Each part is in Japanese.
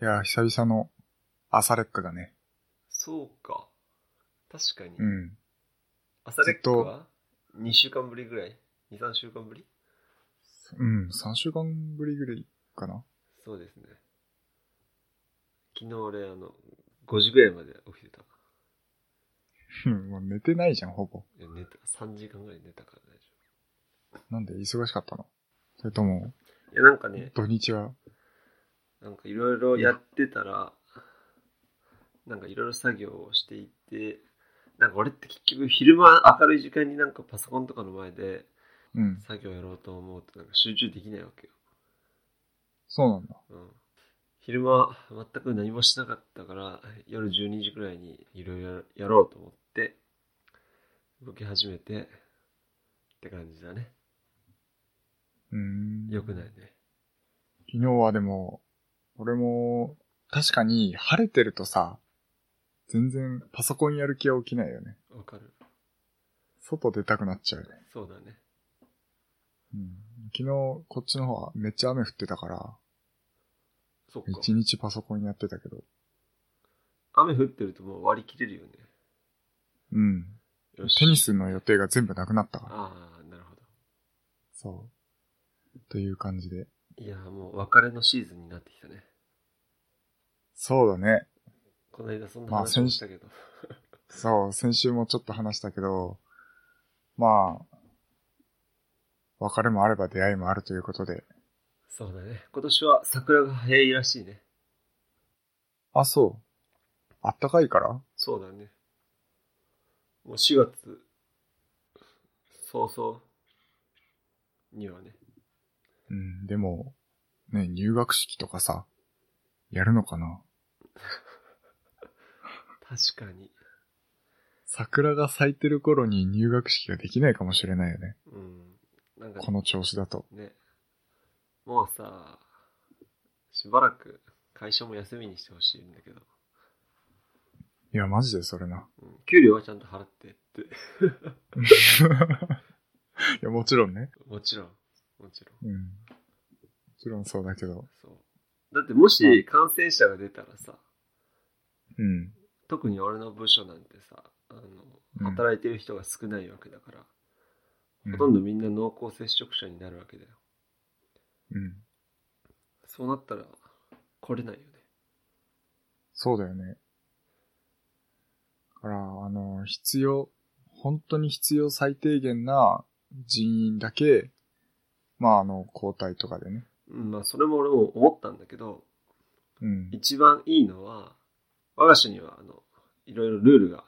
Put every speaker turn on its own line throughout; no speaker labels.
いや、久々の朝劣化だね。
そうか。確かに。
うん。
朝レック
ずっと
は2週間ぶりぐらい ?2、3週間ぶり
うん、3週間ぶりぐらいかな。
そうですね。昨日俺、あの、5時ぐらいまで起きてた。
うん、もう寝てないじゃん、ほぼ。
いや寝た、3時間ぐらい寝たから大丈
なんで忙しかったのそれとも、
夫。いや、なんかね、
土日は、
なんかいろいろやってたら、なんかいろいろ作業をしていて、なんか俺って結局昼間明るい時間になんかパソコンとかの前で
うん、
作業やろうと思うとなんか集中できないわけよ。
そうなんだ。
うん、昼間全く何もしなかったから夜12時くらいにいろいろやろうと思って動き始めてって感じだね。
うーん。
よくないね。
昨日はでも、俺も、確かに晴れてるとさ、全然パソコンやる気は起きないよね。
わかる。
外出たくなっちゃうよね。
そうだね。
うん、昨日、こっちの方はめっちゃ雨降ってたから、
そっか。
一日パソコンやってたけど、
雨降ってるともう割り切れるよね。
うん。
よし
テニスの予定が全部なくなったから。
ああ、なるほど。
そう。という感じで。
いや、もう別れのシーズンになってきたね。
そうだね。
この間そんな
まあ
話をしたけど。
そう、先週もちょっと話したけど、まあ、別れもあれば出会いもあるということで。
そうだね。今年は桜が早いらしいね。
あ、そう。あったかいから
そうだね。もう4月、早々にはね。
うん、でも、ね、入学式とかさ、やるのかな
確かに。
桜が咲いてる頃に入学式ができないかもしれないよね。
うん。なんか
この調子だと。
ね。もうさ、しばらく会社も休みにしてほしいんだけど。
いや、マジでそれ な。
うん、給料はちゃんと払ってって。
いや、もちろんね。
もちろん。もちろん。
うん。もちろんそうだけど。
そう。だってもし感染者が出たらさ、
うん。
特に俺の部署なんてさ、あ
う
の、
ん
働いてる人が少ないわけだから、
うん
ほとんどみんな濃厚接触者になるわけだよ。
うん。
そうなったら来れないよね。
そうだよね。だから、あの、必要、本当に必要最低限な人員だけ、まあ、あの、交代とかでね。
うん、まあそれも俺も思ったんだけど、
うん。
一番いいのは、我が社にはあの、いろいろルールが、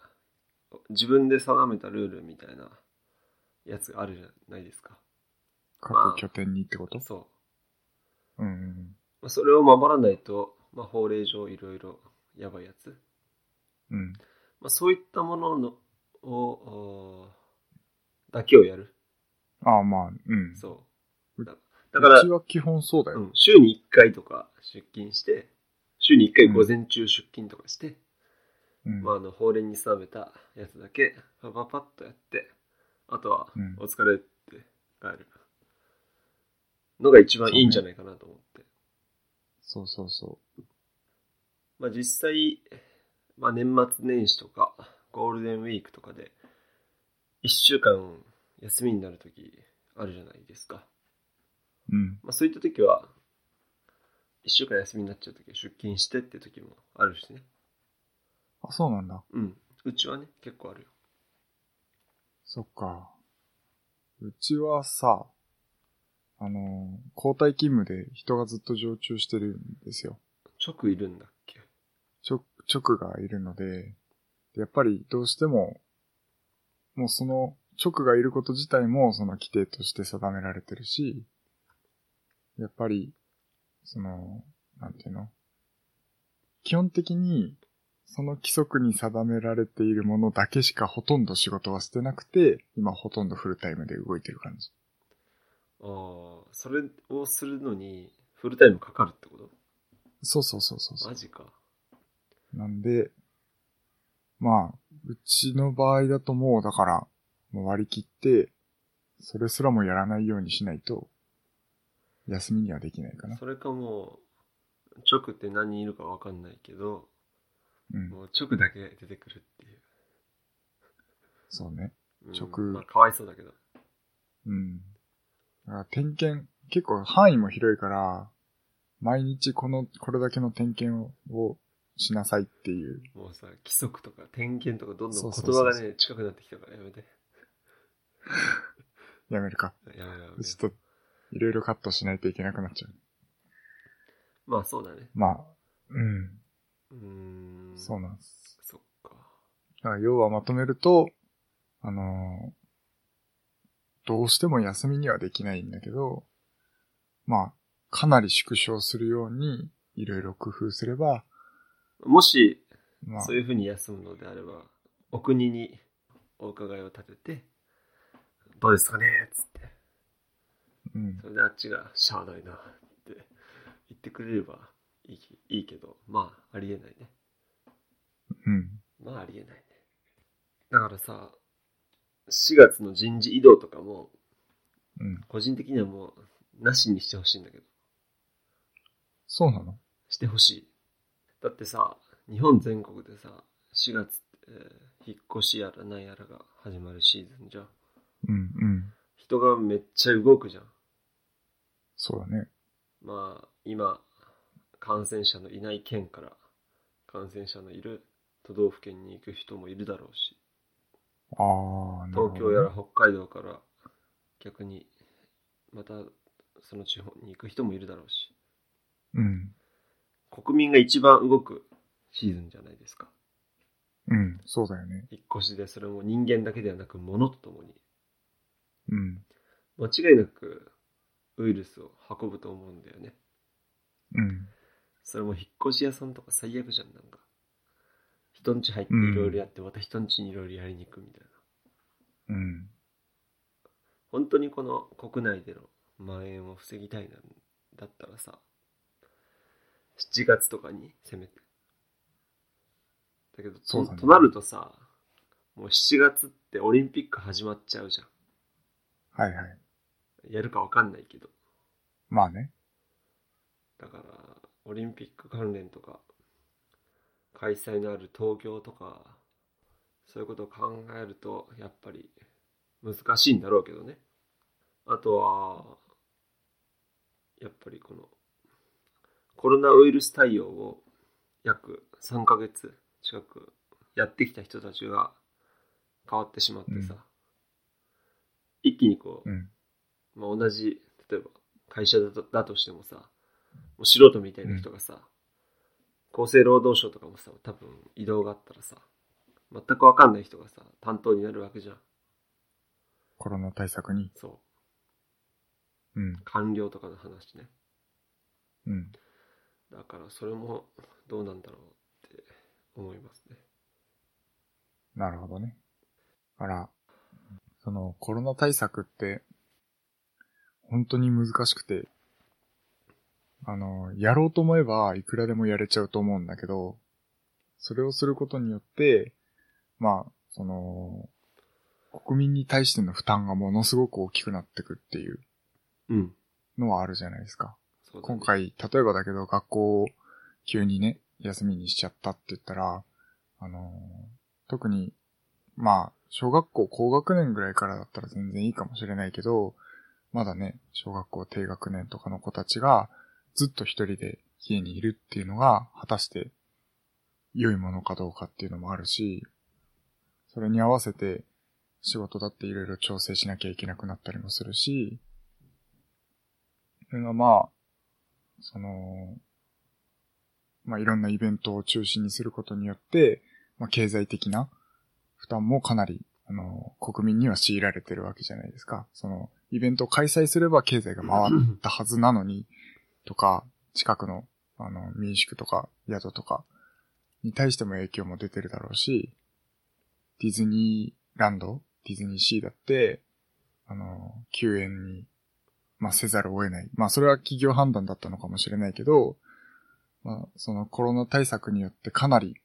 自分で定めたルールみたいなやつがあるじゃないですか。
各拠点にってこと
そう。
うんうん
まあ、それを守らないと、まあ法令上いろいろやばいやつ。
うん。うん。
まあ、そういったもののをおーだけをやる。
ああ、まあ、うん。
そう。だだから
うち、は基本そうだ
う
よ。
ん、週に1回とか出勤して、週に1回午前中出勤とかして、
うん。
まあ、あの法令に定めたやつだけパパパッとやって、あとは
うん
お疲れって帰るのが一番いいんじゃないかなと思って。
そうそうそ
まあ、実際、まあ、年末年始とかゴールデンウィークとかで1週間休みになる時あるじゃないですか、
う。うん。
まあ、そういった時は1週間休みになっちゃう時は出勤してって時もあるしね
あ、そうなんだ。
うんうちはね結構あるよ
そっか。うちはさ、あの、交代勤務で人がずっと常駐してるんですよ。
直いるんだっけ
直、直がいるので、でやっぱりどうしても、もうその直がいること自体もその規定として定められてるし、やっぱり、その、なんていうの基本的に、その規則に定められているものだけしかほとんど仕事はしてなくて、今ほとんどフルタイムで動いてる感じ。
ああそれをするのにフルタイムかかるってこと
そうそうそうそうそう
マ。ジか
なんで、まあ、うちの場合だともうだから、もう割り切って、それすらもやらないようにしないと、休みにはできないかな。
それかも直って何人いるかわかんないけど、
うん。
もう直だけ出てくるっていう。
そうね。
うん
直
まあ、かわいそうだけど。
うん。だから点検、結構範囲も広いから、毎日この、これだけの点検をしなさいっていう。
もうさ、規則とか点検とかどんどん
そ
言
うそうそうそう
葉がね、近くなってきたからやめて。
やめるか。
やめろやめろ
ちょっと、いろいろカットしないといけなくなっちゃう。
まあそうだね。
まあ、うん。
うーん。
そうなんです。
そっか。
だから要はまとめると、あのーどうしても休みにはできないんだけど、まあ、かなり縮小するように、いろいろ工夫すれば、
もし、
まあ
そう、いうふうに休むのであれば、お国にお伺いを立てて、どうですかねっつって。
うん、
それであっちが、しゃあないなって言ってくれればいいいいけど、まあ、ありえないね。
うん、
まあ、ありえないね。だからさ、4月の人事異動とかも、
うん。
個人的にはもう、なしにしてほしいんだけど、
そうなの
してほしい。だってさ、日本全国でさ、4月って、えー引っ越しやらなんやらが始まるシーズンじゃん。
うん、うん。
人がめっちゃ動くじゃん。
そうだね。
まあ、今、感染者のいない県から、感染者のいる都道府県に行く人もいるだろうし、
ああ、なるほど
東京やら北海道から逆に、またその地方に行く人もいるだろうし、
うん、
国民が一番動くシーズンじゃないですか。
うん、そうだよね。
引っ越しでそれも人間だけではなく物とともに、
うん、
間違いなくウイルスを運ぶと思うんだよね。
うん、
それも引っ越し屋さんとか最悪じゃん、なんか。人ん家入っていろいろやって、また人ん家にいろいろやりに行くみたいな。
うん、
本当にこの国内での蔓延を防ぎたいなんだったらさ、7月とかにせめて。だけど、
そ
と
うだね
となるとさ、もう7月ってオリンピック始まっちゃうじゃ
はいはい。
ん。やるかわかんないけど。
まあね。
だから、オリンピック関連とか、開催のある東京とか、そういうことを考えると、やっぱり難しいんだろうけどね。あとは、やっぱりこの、コロナウイルス対応を約3ヶ月近くやってきた人たちが変わってしまってさ、
う
一気にこう、
うん、
まあ、同じ例えば会社だとだとしてもさもう素人みたいな人がさ、厚生労働省とかもさ多分移動があったらさ全く分かんない人がさ担当になるわけじゃん
コロナ対策に。
そ
う
う
ん、
官僚とかの話ね
うん。
だからそれもどうなんだろうって思いますね
なるほどね。だから、そのコロナ対策って、本当に難しくて、あの、やろうと思えばいくらでもやれちゃうと思うんだけど、それをすることによって、まあ、その、国民に対しての負担がものすごく大きくなってくっていう
うん
のはあるじゃないですか。
そうだね
今回、例えばだけど、学校を急にね、休みにしちゃったって言ったら、あのー特に、まあ、小学校高学年ぐらいからだったら全然いいかもしれないけど、まだね、小学校低学年とかの子たちが、ずっと一人で家にいるっていうのが、果たして、良いものかどうかっていうのもあるし、それに合わせて、仕事だっていろいろ調整しなきゃいけなくなったりもするし、それがまあ、その、まあ、いろんなイベントを中心にすることによって、まあ、経済的な負担もかなり、あの、国民には強いられてるわけじゃないですか。その、イベントを開催すれば経済が回ったはずなのに、とか、近くの、あの、民宿とか宿とかに対しても影響も出てるだろうし、ディズニーランド、ディズニーシーだって、あの、休園にまあ、せざるを得ない。まあ、それは企業判断だったのかもしれないけど、まあ、そのコロナ対策によってかなり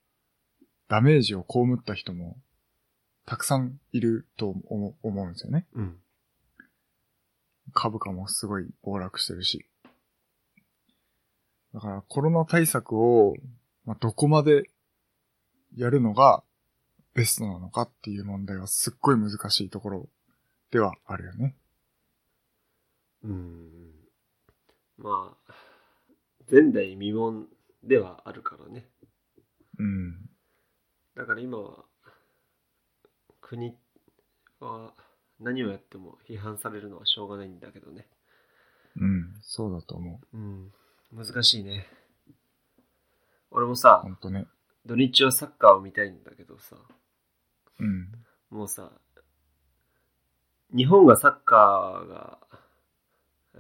ダメージを被った人もたくさんいると思思うんですよね。
うん
株価もすごい暴落してるし。だからコロナ対策を、まあ、どこまでやるのがベストなのかっていう問題はすっごい難しいところではあるよね。
うん。まあ、前代未聞ではあるからね。
うん。
だから今は、国は何をやっても批判されるのはしょうがないんだけどね。
うん。そうだと思う。
うん。難しいね。俺もさ
ほ、んとね。
土日はサッカーを見たいんだけどさ、
うん。
もうさ、日本がサッカーが、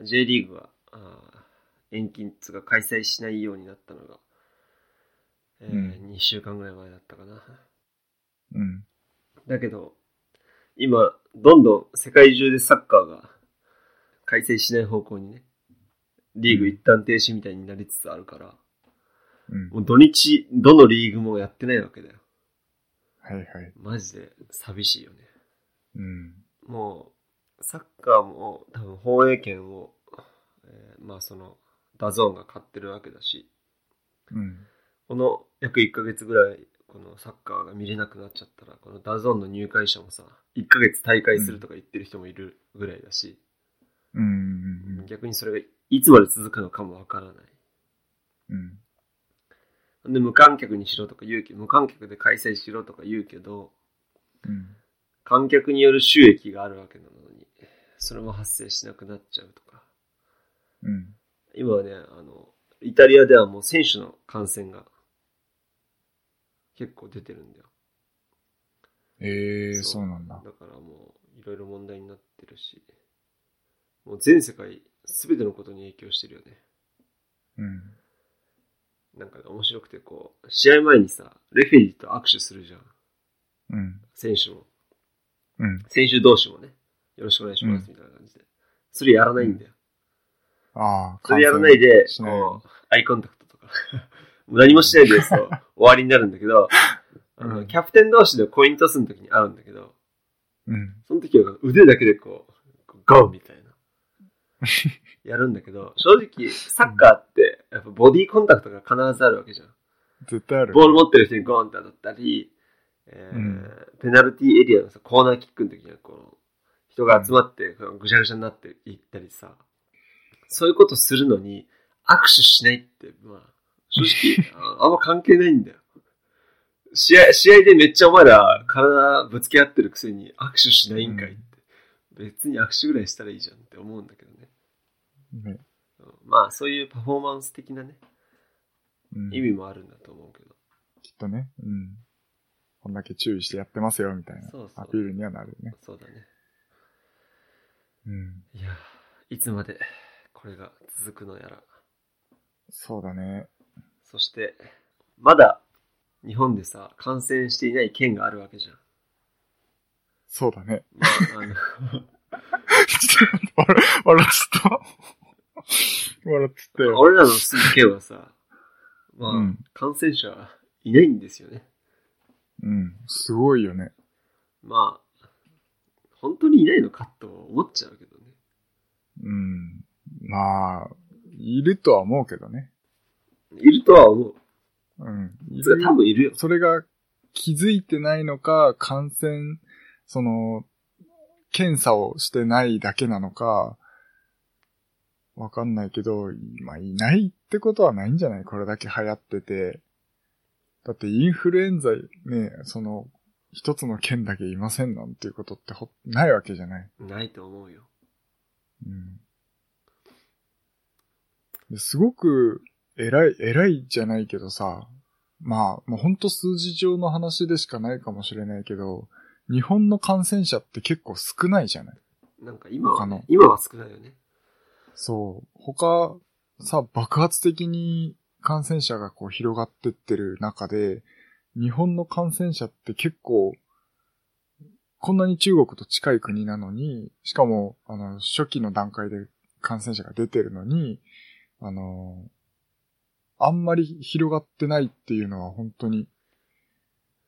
J リーグが、あー延期つうか開催しないようになったのが、え
う
2週間ぐらい前だったかな。
うん。
だけど、今、どんどん世界中でサッカーが開催しない方向にね、リーグ一旦停止みたいになりつつあるから、
うん。
もう土日、どのリーグもやってないわけだよ。
はいはい。
マジで寂しいよね。
うん。
もう、サッカーも多分放映権を、えーまあその、ダゾーンが買ってるわけだし、
うん。
この約1ヶ月ぐらい、このサッカーが見れなくなっちゃったら、このダゾーンの入会者もさ、1ヶ月大会するとか言ってる人もいるぐらいだし、
うん。うん
逆にそれがいつまで続くのかもわからない。
うん。
で、無観客にしろとか言うけど、無観客で開催しろとか言うけど、
うん。
観客による収益があるわけなのに、それも発生しなくなっちゃうとか。
うん。
今はね、あの、イタリアではもう選手の感染が結構出てるんだよ。
ええー、
そう
そうなんだ。
だからもういろいろ問題になってるし、もう全世界全てのことに影響してるよね。
うん。
なんかね面白くてこう、試合前にさ、レフェリーと握手するじゃん。
うん。
選手も。
うん。
選手同士もね、よろしくお願いしますみたいな感じで。それやらないんだよ。
ああ、
それやらないで、
しないよ
こう、アイコンタクトとか、 もう何もしないです と終わりになるんだけど、あ
う
の、
ん
キャプテン同士でコイントスの時に会うんだけど、
うに。うん。
その時は腕だけでこう、こうゴーみたいな。やるんだけど、正直、サッカーって、やっぱボディーコンタクトが必ずあるわけじゃん。
絶対ある。
ボール持ってる人にゴーンって当たったり、えー
うん
ペナルティーエリアのさコーナーキックの時にはこう、人が集まってこうぐちゃぐちゃになっていったりさ、そういうことするのに握手しないって、まあ、正直ああんま関係ないんだよ。試合、試合でめっちゃお前ら体ぶつけ合ってるくせに握手しないんかいって、別に握手ぐらいしたらいいじゃんって思うんだけどね。
ね
うんまあ、そういうパフォーマンス的なね、
うん、
意味もあるんだと思うけど。
きっとね。うん。こんだけ注意してやってますよ、みたいな
そうそう
アピールにはなるよね。
そうだね。
うん。
いやーいつまでこれが続くのやら
そうだね。
そしてまだ日本でさ感染していない県があるわけじゃん
そうだね。
まああ の
ちょっと待って笑笑っちゃった。笑っちゃったよ。
俺らの住む県はさまあ、
うん
感染者いないんですよね
うん。すごいよね。
まあ本当にいないのかと思っちゃうけどね
うん。まあ、いるとは思うけどね。
いるとは思う
うん。い
それ
る
多分いるよ
それが気づいてないのか、感染、その、検査をしてないだけなのか、わかんないけど、まあ、いないってことはないんじゃないこれだけ流行ってて。だってインフルエンザね、その、一つの県だけいませんなんていうことってほ、ないわけじゃない。
ないと思うよ
うん。ですごく偉い、偉いじゃないけどさ、まあ、もうほんと数字上の話でしかないかもしれないけど、日本の感染者って結構少ないじゃない
なんか今は、
他
ね
の、
今は少ないよね
そう。他、さ、爆発的に感染者がこう広がってってる中で、日本の感染者って結構、こんなに中国と近い国なのに、しかも、あの、初期の段階で感染者が出てるのに、あの、あんまり広がってないっていうのは本当に、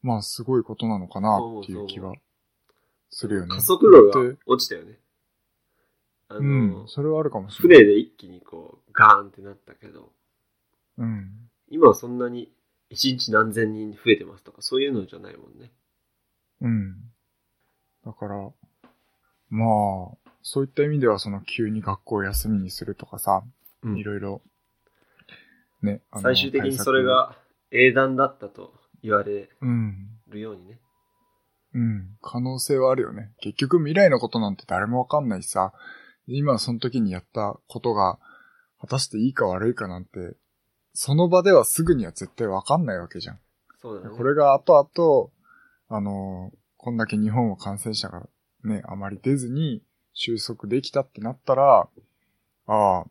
まあすごいことなのかなっていう気はするよね。
加速度が落ちたよねあの、
うん、それはあるかもしれない。
船で一気にこうガーンってなったけど
うん。
今はそんなに1日何千人増えてますとか、そういうのじゃないもんね。
うん。だから、まあ、そういった意味では、その急に学校を休みにするとかさ、
うん
いろいろ、ね、あの
最終的にそれ、が英断だったと言われ
対策うん、
るようにね。
うん、可能性はあるよね。結局未来のことなんて誰もわかんないしさ、今その時にやったことが、果たしていいか悪いかなんて、その場ではすぐには絶対わかんないわけじゃん。
そうだね。
これが後々、あのーこんだけ日本は感染者がね、あまり出ずに収束できたってなったら、ああ、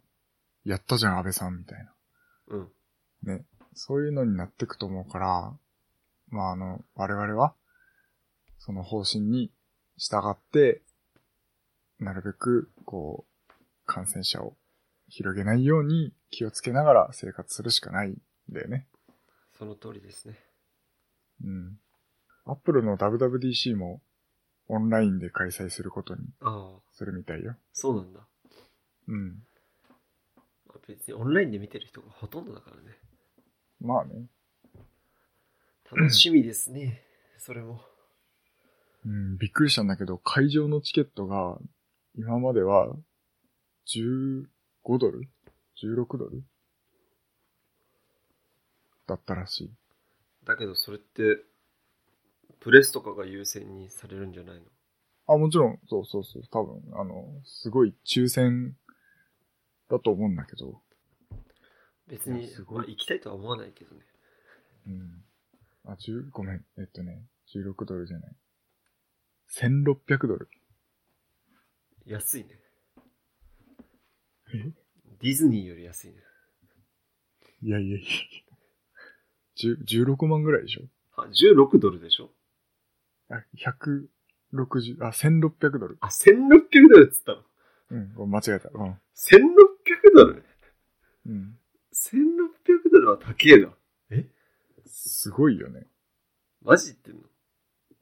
やったじゃん、安倍さん、みたいな。
うん。
そういうのになってくと思うから、まあ、あの、我々は、その方針に従って、なるべく、こう、感染者を広げないように気をつけながら生活するしかないんだよね。
その通りですね。
うん。アップルの WWDC もオンラインで開催することに
ああ、
するみたいよ。
そうなんだ。
うん。
まあ別にオンラインで見てる人がほとんどだからね。
まあね。
楽しみで すね。それも。
うん、びっくりしたんだけど、会場のチケットが今までは15ドル ?16 ドルだったらしい。
だけどそれって、プレスとかが優先にされるんじゃないの
あ、もちろん、そうそうそう、多分、あの、すごい抽選だと思うんだけど、
別に
いやす、ごい
まあ行きたいとは思わないけどね。
うん。あ、10、ごめん、えっとね、16ドルじゃない。1600ドル。
安いね。
え
ディズニーより安いね。
いやいやいや。10 16万ぐらいでしょ
あ、16ドルでしょ
あ、160、あ、1600ドル。
あ、1600ドルっつったの
うん、ごめん間違えた。うん。
?1600 ドル
うん。
?1600 ドルは高えな。
すごいよね。
マジ言ってんの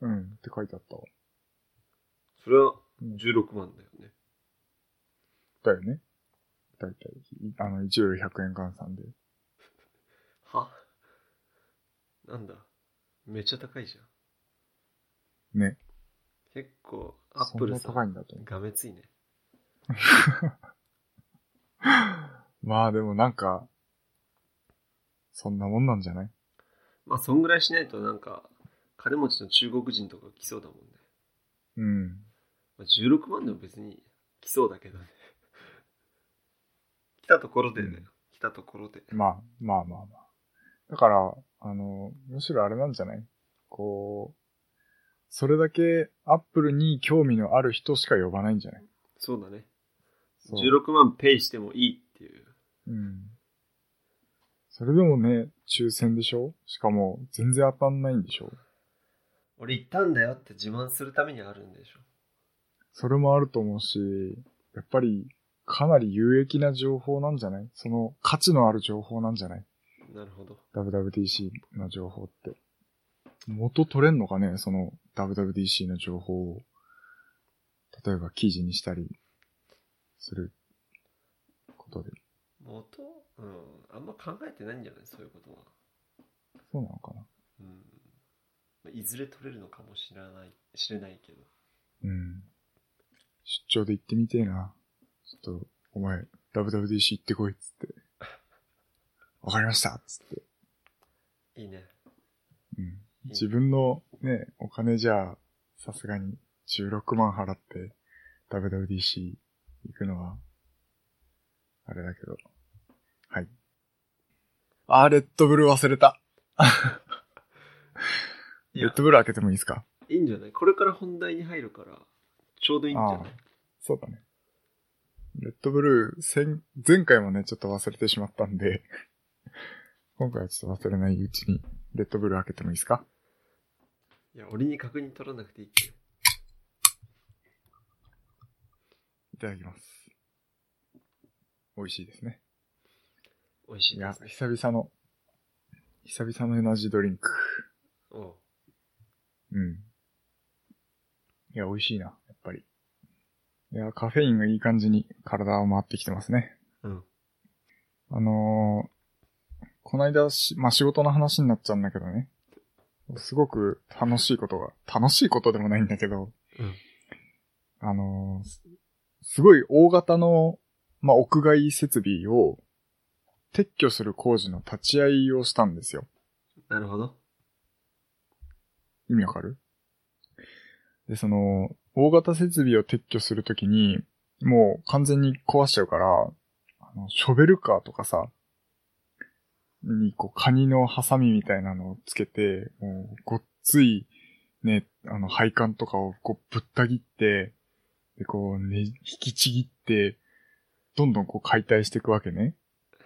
うん、って書いてあったわ。
それは
うん
16万だよね。
だよね。だいたい、あの、1ドル100円換算で。
はなんだめっちゃ高いじゃん。
ね。
結構、アッ
そ
プ
ん
ル
な
さ
高い
ん、
んだと思
がめついね。
う。まあでもなんか、そんなもんなんじゃない
まあ、そんぐらいしないとなんか、金持ちの中国人とか来そうだもんね。
うん。
まあ、16万でも別に来そうだけどね。 来たところでね。
うん
来たところで。
まあ、まあまあまあ。だから、あの、むしろあれなんじゃないこう、それだけアップルに興味のある人しか呼ばないんじゃない
そうだね。
そう
16万ペイしてもいいっていう。
うん。それでもね、抽選でしょしかも、全然当たんないんでしょ
俺行ったんだよって自慢するためにあるんでしょ。
それもあると思うし、やっぱり、かなり有益な情報なんじゃないその価値のある情報なんじゃない
なるほど。
?WWDC の情報って。元取れんのかねその WWDC の情報を。例えば記事にしたり、することで。
元うん。あんま考えてないんじゃないそういうことは。
そうなのかな
うん。まあいずれ取れるのかもしれない、知れないけど。
うん。出張で行ってみてえな。ちょっと、お前、WWDC 行ってこいっつって。わかりましたっつって。
いいね。
うん。自分のね、お金じゃ、さすがに16万払って WWDC 行くのは、あれだけど。はい。あー、レッドブル忘れた。
い
レ
や
ッドブル開けてもいいですか
いいんじゃないこれから本題に入るから、ちょうどいいんじゃない
そうだね。レッドブルー、先前回もね、ちょっと忘れてしまったんで、今回はちょっと忘れないうちに、レッドブルー開けてもいいですか
いや、俺に確認取らなくていいって。
いただきます。美味しいですね。
美味し
い
いで
や
す、ね。
久々の、久々のエナジードリンク。
おう
うん。いや、美味しいな、やっぱり。いや、カフェインがいい感じに体を回ってきてますね。
うん。
あのー、この間し、まあ、仕事の話になっちゃうんだけどね。すごく楽しいことが、楽しいことでもないんだけど、
うん
あのーすすごい大型の、まあ、屋外設備を撤去する工事の立ち会いをしたんですよ。
なるほど。
意味わかるで、その、大型設備を撤去するときに、もう完全に壊しちゃうから、あの、ショベルカーとかさ、に、こう、カニのハサミみたいなのをつけて、もう、ごっつい、ね、あの、配管とかを、こう、ぶった切って、で、こう、ね、引きちぎって、どんどんこう、解体していくわけね。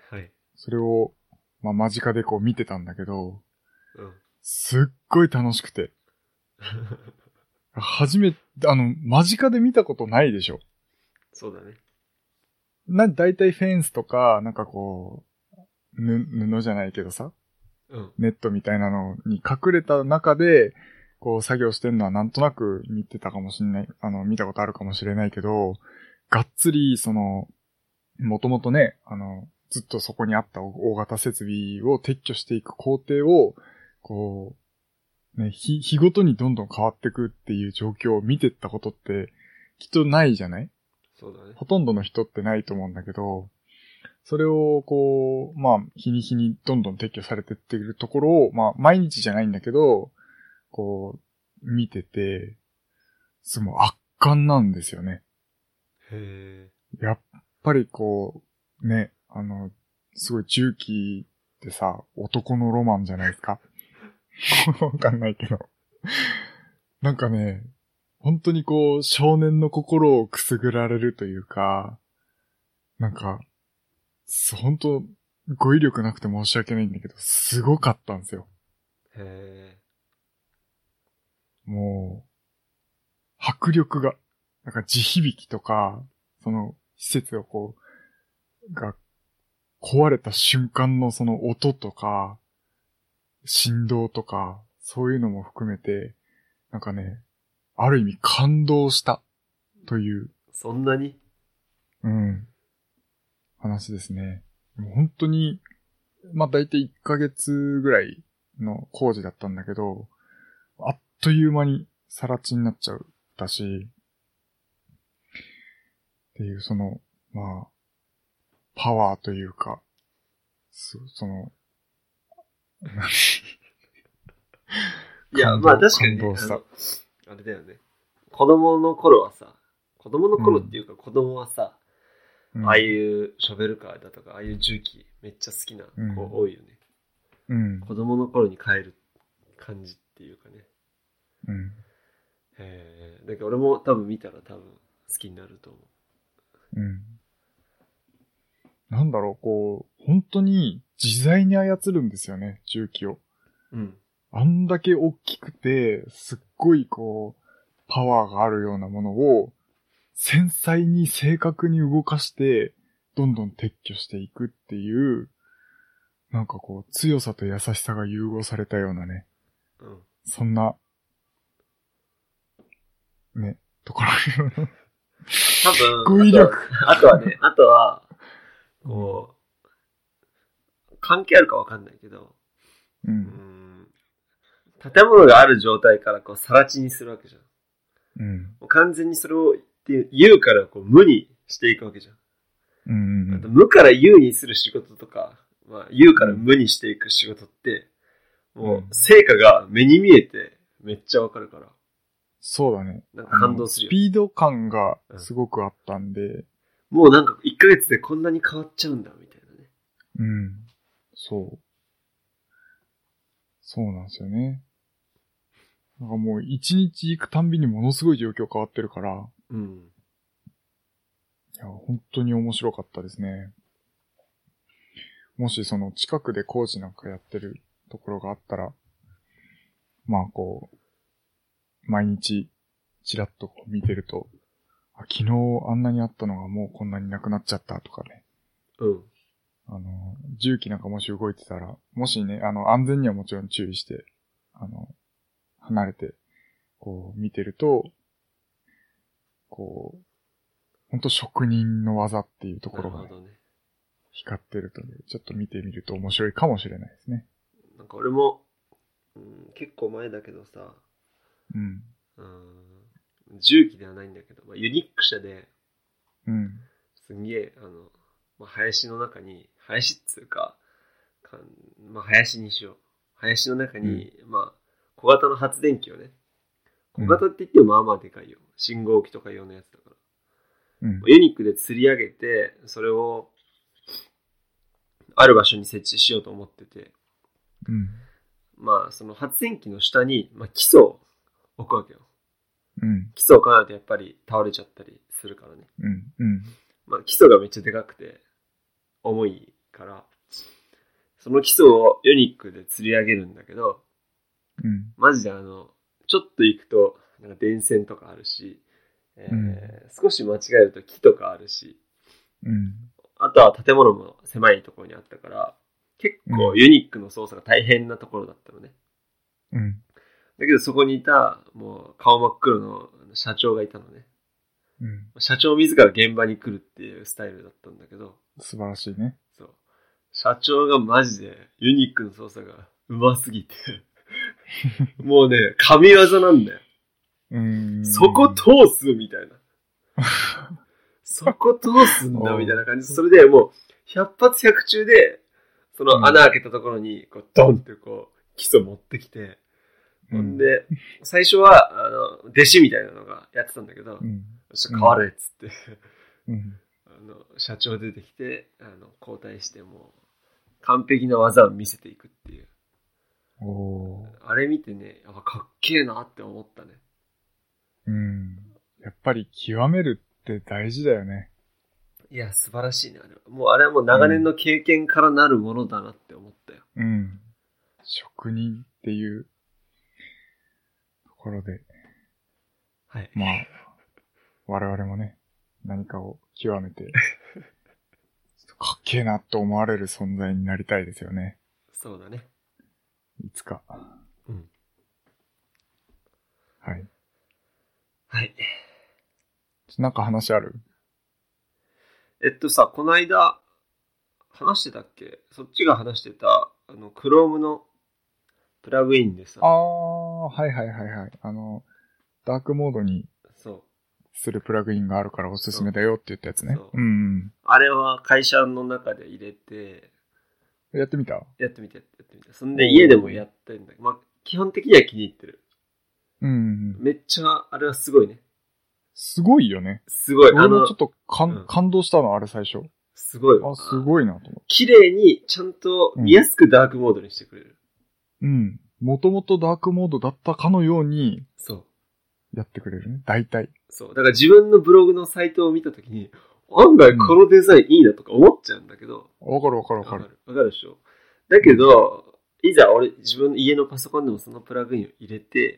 はい。
それを、まあ、間近でこう、見てたんだけど、
うん。
すっごい楽しくて。初めて、あの、間近で見たことないでしょ。
そうだね。
な、大体フェンスとか、なんかこう、ぬ、布じゃないけどさ、
うん。
ネットみたいなのに隠れた中で、こう作業してんのはなんとなく見てたかもしんない、あの、見たことあるかもしれないけど、がっつり、その、もともとね、あの、ずっとそこにあった大型設備を撤去していく工程を、こう、ね、日、日ごとにどんどん変わっていくっていう状況を見てったことって、きっとないじゃない
そうだね。
ほとんどの人ってないと思うんだけど、それをこう、まあ、日に日にどんどん撤去されてっているところを、まあ、毎日じゃないんだけど、こう、見てて、すごい圧巻なんですよね。
へ
やっぱりこう、ね、あの、すごい重機ってさ、男のロマンじゃないですか。 わかんないけど。なんかね、本当にこう、少年の心をくすぐられるというか、なんか、す本当語彙力なくて申し訳ないんだけど、すごかったんですよ。
え。へ
もう、迫力が、なんか地響きとか、その施設をこう、が壊れた瞬間のその音とか、振動とか、そういうのも含めて、なんかね、ある意味感動したという、
え。そんなに
うん、話ですね。もう本当に、まあ大体1ヶ月ぐらいの工事だったんだけど、あっという間にさら地になっちゃうだし、っていうその、まあ、パワーというか、そその、
いや、
感動
まあ確かに、ね、
感動した
あのあれだよね。子供の頃はさ、子供の頃っていうか子供はさ、
うん
ああいうショベルカーだとか、ああいう重機めっちゃ好きな子
うん
多いよね。
うん、
子供の頃に帰る感じっていうかね。
うん、
へえ。だから俺も多分見たら多分好きになると思う。
うん。なんだろう、こう、本当に自在に操るんですよね、重機を。
うん。
あんだけ大きくて、すっごいこう、パワーがあるようなものを、繊細に正確に動かして、どんどん撤去していくっていう、なんかこう、強さと優しさが融合されたようなね、
うん。
そんな、ね、ところ。
多分、
語彙力
あとは あとはね、あとは、こう、関係あるかわかんないけど、
う、
うんん、建物がある状態からこう、さら地にするわけじゃん。
うん、
もう完全にそれをっていう、言うからこう、無にしていくわけじゃん。
うん、う
あと
ん、
無から有にする仕事とか、まあ、有から無にしていく仕事って、もう、成果が目に見えて、めっちゃわかるから、
そうだね。
なんか感動する
ス
よね。
ピード感がすごくあったんで、
もうなんか、1ヶ月でこんなに変わっちゃうんだ、みたいなね。
うん。そう。そうなんですよね。なんかもう一日行くたんびにものすごい状況変わってるから、
うん。
いや、本当に面白かったですね。もしその近くで工事なんかやってるところがあったら、まあこう、毎日ちらっとこう見てると、あ昨日あんなにあったのがもうこんなになくなっちゃったとかね。
うん。
あの、重機なんかもし動いてたら、もしね、あの、安全にはもちろん注意して、あの、離れて、こう、見てると、こう、ほんと職人の技っていうところが
なるほどね。
光ってるという、ちょっと見てみると面白いかもしれないですね。
なんか俺も、うん、結構前だけどさ、
うん。
うん、重機ではないんだけど、まあ、ユニック車で
うん。
すんげえ、あの、まあ、林の中に、林っつうか、かんまあ、林にしよう。林の中に、まあ、小型の発電機をね、小型って言ってもまあまあでかいよ。信号機とか用のやつだから。
うん。
ユニックで釣り上げて、それを、ある場所に設置しようと思ってて、
うん。
まあ、その発電機の下に、まあ、基礎を置くわけよ。
うん。
基礎を置かないとやっぱり倒れちゃったりするからね。
うん。うん。
まあ、基礎がめっちゃでかくて、重いから、その基礎をユニックで釣り上げるんだけど、
うん。
マジであの、ちょっと行くと、なんか電線とかあるし、えー
うん
少し間違えると木とかあるし、
うん。
あとは建物も狭いところにあったから、結構
うん
ユニックの操作が大変なところだったのね。
うん。
だけどそこにいた、もう顔真っ黒の社長がいたのね。
うん。
社長自ら現場に来るっていうスタイルだったんだけど、
素晴らしいね。
そう。社長がマジでユニックの操作がうますぎて、もうね、神業なんだよ。
うん。
そこ通すみたいな。そこ通すんだみたいな感じ。それでもう、百発百中で、その穴開けたところに、こう、ドンってこう、基礎持ってきて、
う
ほん
ん。
で、最初は、あの、弟子みたいなのがやってたんだけど
う、ん。
ちょっと変われっつって、
うん。
あの、社長出てきて、あの、交代してもう、完璧な技を見せていくっていう。
おー。
あれ見てね、あ、かっけえなって思ったね。
うん。やっぱり極めるって大事だよね。
いや、素晴らしいね、あれは。もう、あれはもう長年の経験からなるものだなって思ったよ。
うん。職人っていうところで、
はい。
まあ、我々もね、何かを極めて、ちょっとかっけえなと思われる存在になりたいですよね。
そうだね。
いつか。
うん。
はい。
はい。
ちょなんか話ある
えっとさ、この間、話してたっけそっちが話してた、あの、Chrome のプラグインでさ
あ、ー、はいはいはいはい。あの、ダークモードに
そう。
するプラグインがあるからおすすめだよって言ったやつね
そう。
うんうん。
あれは会社の中で入れて、
やってみた
やってみて、やってみて。そんで家でもやってんだけど、まあ、基本的には気に入ってる。
うんうん。
めっちゃ、あれはすごいね。
すごいよね。
すごい。あ
俺も
の
ちょっ、と感,、
うん
感動したの、あれ最初。
すごいわ。
あ、すごいなと思って。
綺麗に、ちゃんと見やすくダークモードにしてくれる。
うん。もともとダークモードだったかのように
そう。
やってくれるね。大体。
そう。だから自分のブログのサイトを見たときに、案外このデザインいいなとか思っちゃうんだけど、
わかるわかるわか
わか
る。
る。わかるでしょ。だけど、いざ俺、自分の家のパソコンでもそのプラグインを入れて、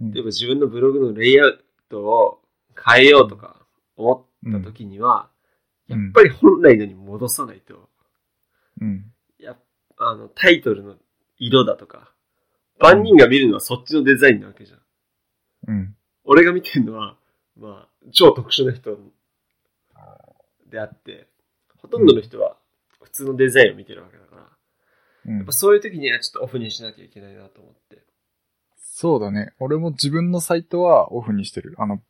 うん
例えば自分のブログのレイアウトを変えようとか思ったときに
う
は、
ん
やっぱり本来のに戻さないと、
うん。
やっあのタイトルの色だとか、万人が見るのはそっちのデザインなわけじゃん。
うん。
俺が見てるのは、まあ、超特殊な人であって、ほとんどの人は普通のデザインを見てるわけだから、
うん
やっぱそういう時にはちょっとオフにしなきゃいけないなと思って。
そうだね。俺も自分のサイトはオフにしてる。あの、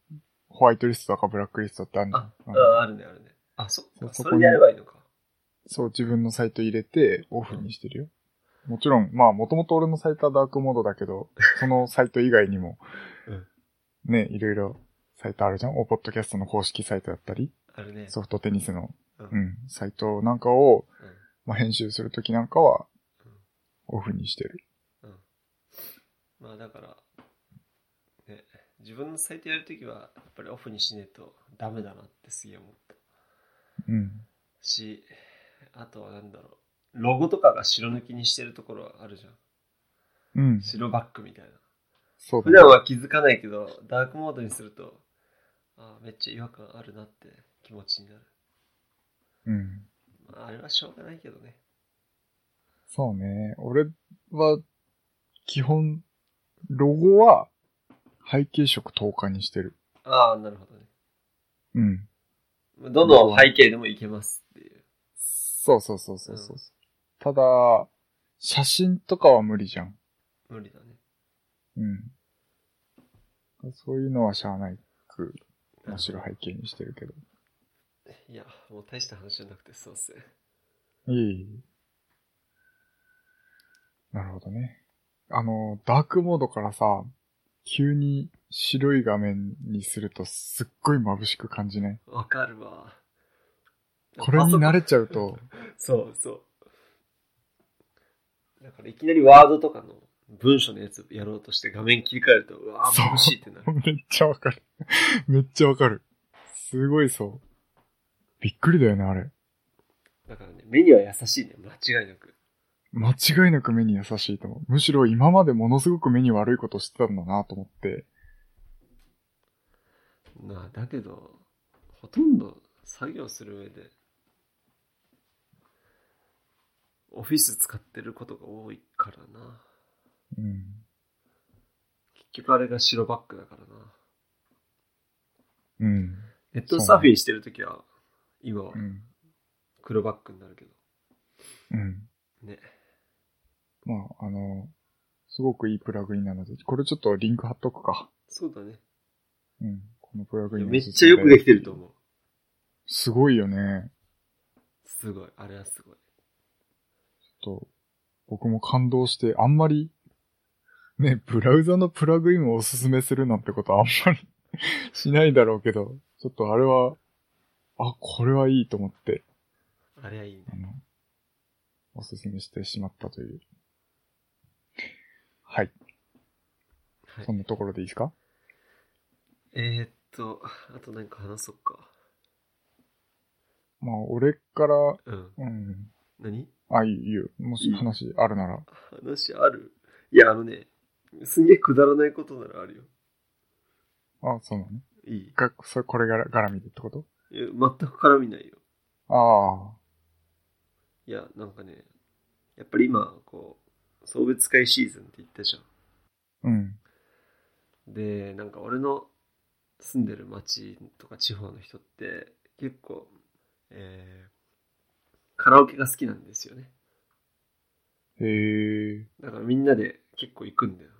ホワイトリストとかブラックリストってあるの
あ、
うん
ああるね、あるね。あ、そっ
そう
か、
そ
そ
こに
れでやればいいのか。
そう、自分のサイト入れてオフにしてるよ。もちろん、まあ、もともと俺のサイトはダークモードだけ ど、そのサイト以外にも、
うん
ね、いろいろサイトあるじゃん。オーポッドキャストの公式サイトだったり、
あるね。
ソフトテニスの、
うん
う
うん
ん、サイトなんかを、まあ、編集するときなんかは
うん、
オフにしてる。
うんまあだから、ね、自分のサイトやるときは、やっぱりオフにしねえとダメだなってすげえ思った。
うん。
し、あとはなんだろう。ロゴとかが白抜きにしてるところあるじゃん。
うん。
白バックみたいな。
そうだ
普
ね
段は気づかないけど、ダークモードにすると、あーめっちゃ違和感あるなって気持ちになる。
うん。
まあ、あれはしょうがないけどね。
そうね。俺は、基本、ロゴは、背景色10日にしてる。
ああ、なるほどね
うん。
まあ。どの背景でもいけますっていう。
そうそうそうそうそう。ただ、写真とかは無理じゃん。
無理だね。
うん。そういうのはしゃあないく、むしろ背景にしてるけど。
いや、もう大した話じゃなくて、そうっすね。
いえいえなるほどね。あの、ダークモードからさ、急に白い画面にするとすっごい眩しく感じね。
わかるわ。
これに慣れちゃうと、
そうそう。だからいきなりワードとかの文章のやつやろうとして画面切り替えると、うわ
そう
ぁ、眩しいってなる。
めっちゃわかる。めっちゃわかる。すごいそう。びっくりだよね、あれ。
だからね、目には優しいね、間違いなく。
間違いなく目に優しいと思う。むしろ今までものすごく目に悪いことをしてたんだなと思って。
なあ、だけど、ほとんど作業する上で、オフィス使ってることが多いからな。
うん。
結局あれが白バックだからな。
うん。
ネットサーフィンしてるときは、今は
うん。
黒バックになるけど。
うん。
ね。
まあ、あの、すごくいいプラグインなので、これちょっとリンク貼っとくか。
そうだね。
うん。このプラグイン
めっちゃよくできてると思う。
すごいよね。
すごい。あれはすごい。
ちょっと、僕も感動して、あんまり、ね、ブラウザのプラグインをおすすめするなんてことはあんまり しないだろうけど、ちょっとあれは、あ、これはいいと思って、
あれはいいね。
あの、おすすめしてしまったという。はい。
はい
そん。なところでいいですか
えー、っと、あと何か話そっか。
まあ、俺から、
うん。
うん。
何
あ、いいいいよ。もし話あるなら。
話あるいや、あのね、すんげえくだらないことならあるよ。
あ、そうなのね。
いい
が、それ、これが絡みでってこと
いや全く絡みないよ。
あ
いや、なんかね、やっぱり今、こう、送別会シーズンって言ったじゃん。
あ。うん。
でなんか俺の住んでる町とか地方の人って結構、えーカラオケが好きなんですよね
へえ。
だからみんなで結構行くんだよ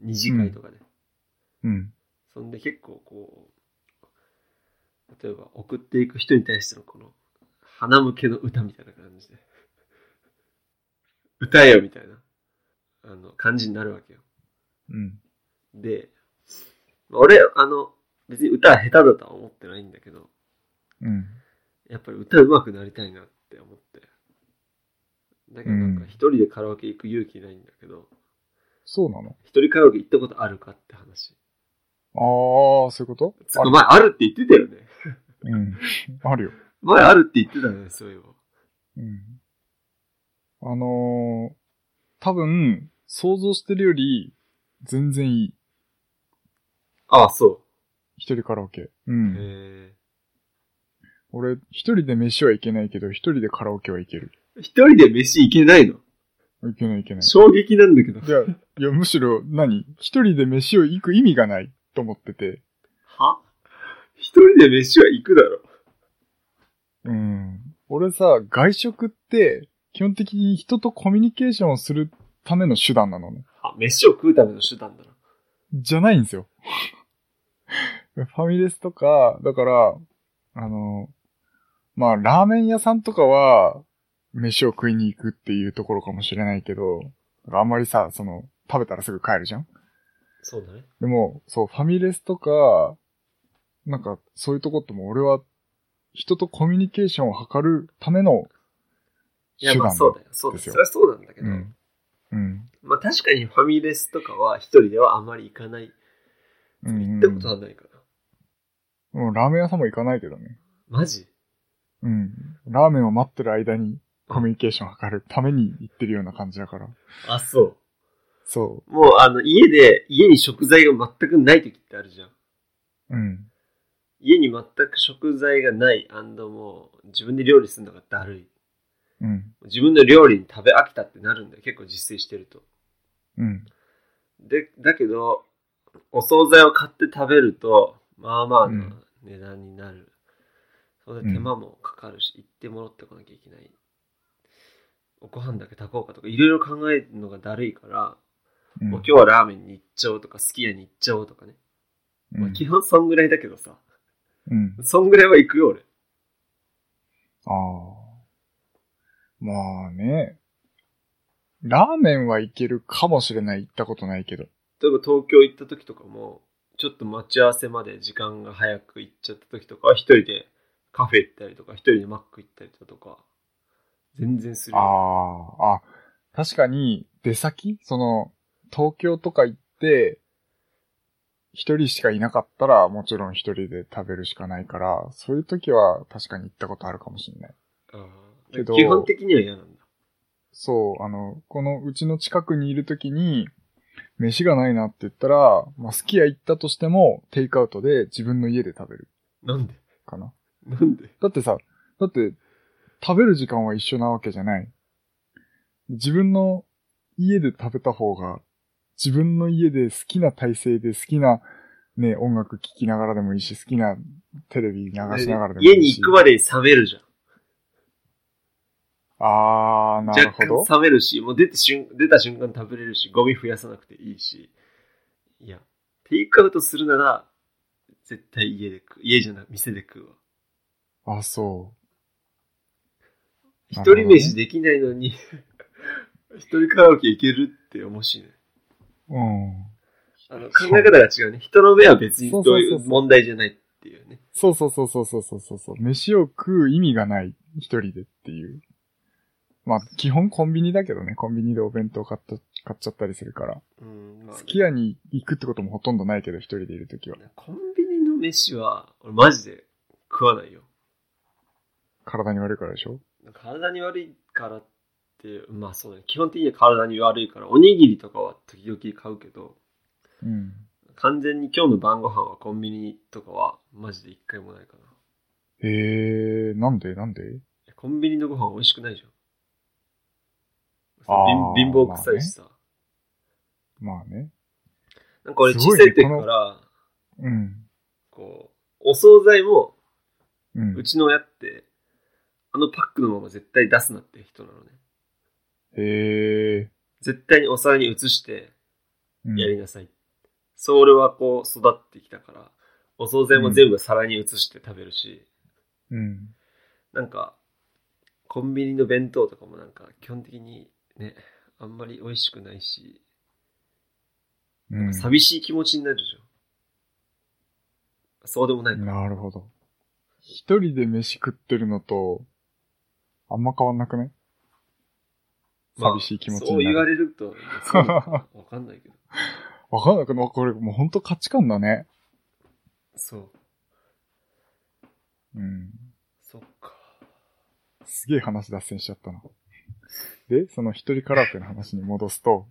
二次会とかで、
うん。
そんで結構こう例えば送っていく人に対してのこの花向けの歌みたいな感じで歌えよみたいなあの感じになるわけよ
うん。
でまあ俺あの別に歌は下手だとは思ってないんだけど
うん。
やっぱり歌うまくなりたいなって思って。だけどなん
う
か
ん
一人でカラオケ行く勇気ないんだけど、
そうなの
一人カラオケ行ったことあるかって話。
ああ、そういうこと
つうか前あるって言ってたよね。
うん。あるよ。
前あるって言ってたよね、そういえば。
うん。あのー、多分、想像してるより、全然いい。
ああ、そ
一人カラオケ。う
う。
ん。
へ
俺、一人で飯はいけないけど、一人でカラオケはいける。
え。一人で飯行けないの
いけないいけない。
衝撃なんだけど。
じゃあ、いや、むしろ何、一人で飯を行く意味がないと思ってて。
は一人で飯は行くだろ。
うん。俺さ、外食って、基本的に人とコミュニケーションをするための手段なのね。
あ、飯を食うための手段だろ。
じゃないんですよ。 ファミレスとか、だから、あの、まあ、ラーメン屋さんとかは、飯を食いに行くっていうところかもしれないけど、あんまりさ、その、食べたらすぐ帰るじゃん
そうだね。
でも、そう、ファミレスとか、なんか、そういうとこってもう俺は、人とコミュニケーションを図るための
い
手
や、
段
まあそうだよ。そうだよ。
です
そ
よ
れはそうなんだけど。
うん。うん。
まあ確かにファミレスとかは一人ではあんまり行かない。
うん
行ったことはないかな。
もうラーメン屋さんも行かないけどね。
マジ
うん。ラーメンを待ってる間にコミュニケーションを図るために行ってるような感じだから。
あ、そ。
そう
もう、あの、家で、家に食材が全くない時ってあるじゃん。
う。うん。
家に全く食材がないもう、自分で料理するのがだるい。
うん。
自分の料理に食べ飽きたってなるんだよ。結構自炊してると。
うん。
で、だけど、お惣菜を買って食べると、まあまあ
う
なん値段になる。それで手間もかかるし、行って戻ってこなきゃいけない。ご飯だけ炊こうかとか、いろいろ考えるのがだるいから、
うん
もう今日はラーメンに行っちゃおうとか、すき家に行っちゃおうとかね。まあ、基本そんぐらいだけどさ、
うん。
そんぐらいは行くよ、俺。
ああ。まあね。ラーメンはいけるかもしれない。行ったことないけど。
例えば東京行った時とかも、ちょっと待ち合わせまで時間が早く行っちゃった時とかは、一人でカフェ行ったりとか、一人でマック行ったりだとか、全然するよ。
ああ、あ、確かに出先その、東京とか行って、一人しかいなかったら、もちろん一人で食べるしかないから、そういう時は確かに行ったことあるかもしれない。
あー
けど
基本的には嫌なんだ。
そう、あの、このうちの近くにいる時に、飯がないなって言ったら、まあ、スキヤ行ったとしても、テイクアウトで自分の家で食べる
なんで
かな。
なんで
だってさ、だって、食べる時間は一緒なわけじゃない。自分の家で食べた方が、自分の家で好きな体勢で好きな、ね、音楽聴きながらでもいいし、好きなテレビ流しながらでもいいし。
家に行くまでに冷めるじゃん。
あー、なるほ
若
ど。
干冷めるし、もう出て瞬出た瞬間食べれるし、ゴミ増やさなくていいし。いや、テイクアウトするなら、絶対家で食う。家じゃない、店で食うわ。
あ、そ
一
なるほどね
人飯できないのに、 一人カラオケ行けるって面白いね。
う。うん。
あの考え方が違うね。人の目は別に
そう
ど
そうう
い
そう
う
そう
問題じゃないっていうね。
そうそうそうそうそうそうそうそう。飯を食う意味がない、一人でっていう。まあ、基本コンビニだけどね、コンビニでお弁当買った買っちゃったりするから。
うん、まあ
すき家に行くってこともほとんどないけど、一人でいるときは。
コンビニの飯は、俺マジで食わないよ。
体に悪いからでしょ
体に悪いからって、まあそうだね。基本的には体に悪いから、おにぎりとかは時々買うけど、
うん。
完全に今日の晩ご飯はコンビニとかは、マジで一回もないかな。
えー、なんでなんで
コンビニのご飯美味しくないじゃん。
あー
貧貧乏くさいしさ。
まあね。
なんか俺
す
小
ごい
さ
ね
い時から、
うん。
こう、お惣菜も、
うん。
うちの親って、あのパックのまま絶対出すなって人なのね。
えー。
絶対にお皿に移して
うん
やりなさい。そう俺はこう育ってきたから、お惣菜も全部皿に移して食べるし、
うん。
なんか、コンビニの弁当とかもなんか基本的にね、あんまり美味しくないし、
うん。
寂しい気持ちになるじゃん。そうでもないか。
なるほど。一人で飯食ってるのと、あんま変わんなくね
まあ
寂しい気持ち
そう
にな
言わ
る。
れると、そうなのか なわかんないけど。
わかんなくないこれもうほんと価値観だね。
そう。
うん。
そっか。
すげえ話脱線しちゃったな。で、その一人カラオケの話に戻すと、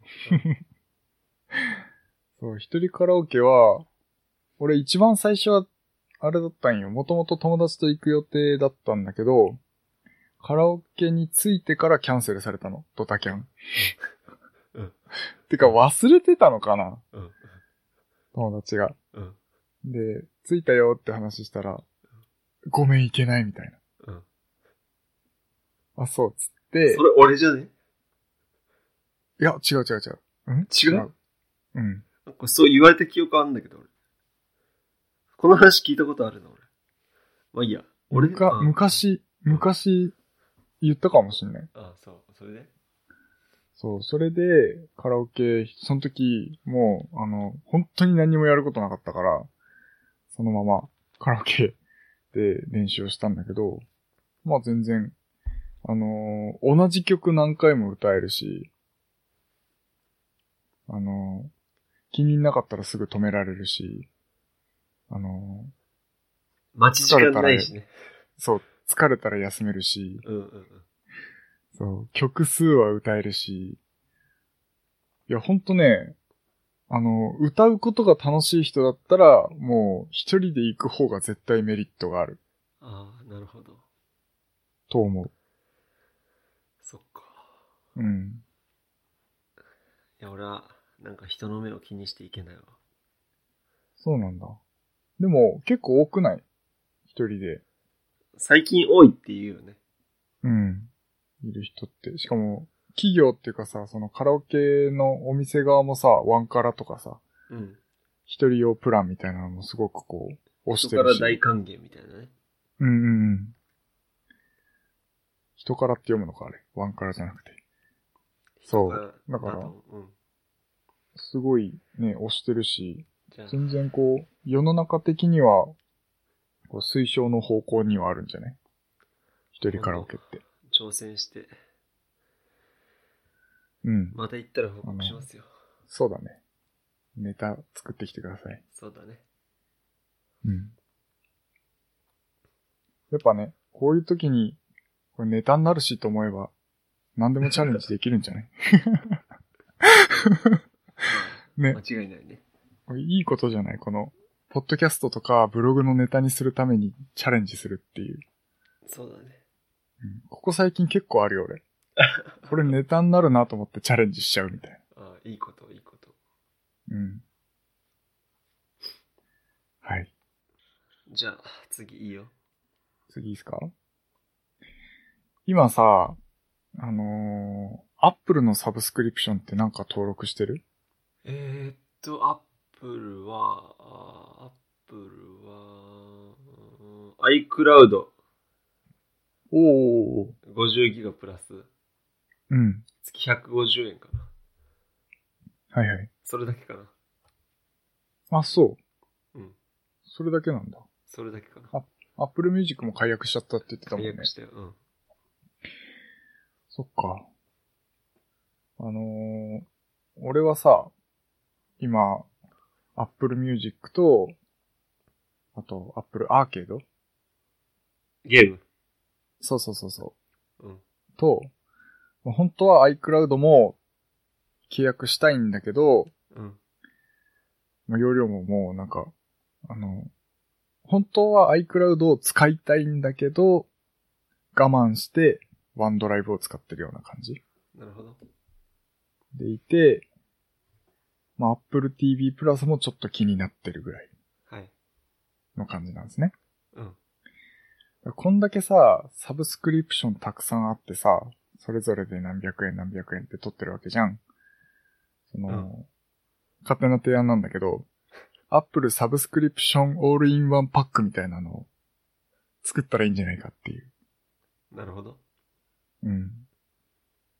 そう、一人カラオケは、俺一番最初は、あれだったんよ。もともと友達と行く予定だったんだけど、カラオケに着いてからキャンセルされたの。ドタキャン。
うん
てか忘れてたのかな
うん。
友達が。
うん。
で、着いたよって話したら、ごめん行けないみたい
うん。
な。あ、そう、つって
そ、れ俺じゃね
いや、違う違う違う。うん
違う
うん。
なんかそう言われた記憶あるんだけど、俺。この話聞いたことあるな、俺。まあいいや。俺
俺が、
うん
昔、昔、言ったかもしんない。
あそう。それで
そう、それで、カラオケ、その時、もう、あの、本当に何もやることなかったから、そのまま、カラオケで練習をしたんだけど、まあ全然、あのー同じ曲何回も歌えるし、あのー気になかったらすぐ止められるし、あのー
待ち時間ないしね。
そう、疲れたら休めるし、
うんうんうん。
そう、曲数は歌えるし、いや、ほんとね、あの、歌うことが楽しい人だったら、もう一人で行く方が絶対メリットがある
ああ、なるほど。
と思
そっか。
う。うん。
いや、俺は、なんか人の目を気にしていけないわ。
そうなんだ。でも、結構多くない一人で。
最近多いって言うよね。
うん。いる人って。しかも、企業っていうかさ、そのカラオケのお店側もさ、ワンカラとかさ、
うん。
一人用プランみたいなのもすごくこう、押し
人
て
か
る
ら
し。
大歓迎みたいなね。
うんうんうん。人からって読むのか、あれ。ワンカラじゃなくて。そう
人
だから
あとうん。
すごいね、押してるし、
じゃあ、
全然こう、世の中的には、こう推奨の方向にはあるんじゃない一人カラオケって。
挑戦して、
うん。
また行ったら報告しますよ。
そうだね。ネタ作ってきてください。
そうだね。
うん。やっぱね、こういう時に、これネタになるしと思えば、何でもチャレンジできるんじゃないね
まあ、間違いないね。
これいいことじゃないこの、ポッドキャストとかブログのネタにするためにチャレンジするっていう。
そうだね。
うんここ最近結構ある よ、俺。これネタになるなと思ってチャレンジしちゃうみたい
ああ、いいこと、いいこと。
な。うん。はい。
じゃあ、次いいよ。
次いいですか今さ、あのー、アップルのサブスクリプションってなんか登録してる
えー、っと、アップルは、あーアップルは、
おお
iCloud50 ギガプラス、
うん。
月150円かな。
はいはい。
それだけかな。
あ、そう。
うん。
それだけなんだ。
それだけかな。
アップルミュージックも解約しちゃったって言ってたもん
契
ね。
約したよ。うん。
そっか。あのー、俺はさ、今、Apple Music と、あと Apple Arcade?
ゲーム
そうそうそうそう。
うん。
と、まあ本当は iCloud も契約したいんだけど、
うん。
まあ容量ももうなんか、あの、本当は iCloud を使いたいんだけど、我慢してワンドライブを使ってるような感じ
なるほど。
でいて、まあ、Apple TV プラスもちょっと気になってるぐらい
はい。
の感じなんですね。
うん。
こんだけさ、サブスクリプションたくさんあってさ、それぞれで何百円何百円って取ってるわけじゃん。その、
うん
勝手な提案なんだけど、Apple サブスクリプションオールインワンパックみたいなのを作ったらいいんじゃないかっていう、
なるほど。
うん、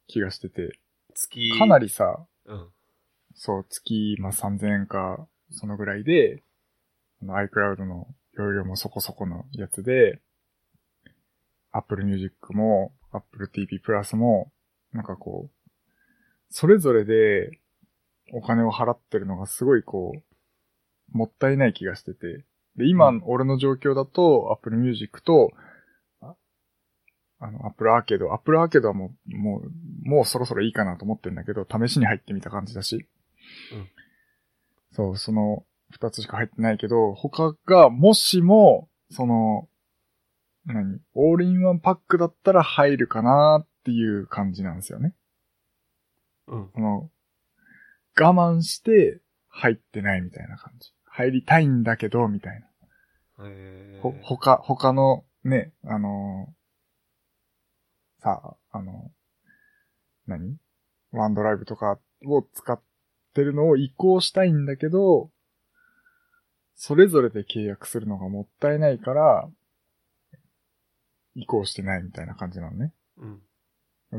気がしてて。
月
かなりさ、
うん。
そう、月、まあ、3000円か、そのぐらいで、あの iCloud の容量もそこそこのやつで、Apple Music も、Apple TV プラスも、なんかこう、それぞれでお金を払ってるのがすごいこう、もったいない気がしてて。で、今、
うん
俺の状況だと、Apple Music と、ああの、Apple Arcade、Apple Arcade はもう、もう、もうそろそろいいかなと思ってるんだけど、試しに入ってみた感じだし。
うん
そう、その二つしか入ってないけど、他が、もしも、その、何オールインワンパックだったら入るかなっていう感じなんですよね。
うん。
この、我慢して入ってないみたいな感じ。入りたいんだけど、みたい
え
な。
ー、
ほ、他、他のね、あのーさあ、あの何ワンドライブとかを使ってるのを移行したいんだけど、それぞれで契約するのがもったいないから、移行してないみたいな感じなのね。
うん。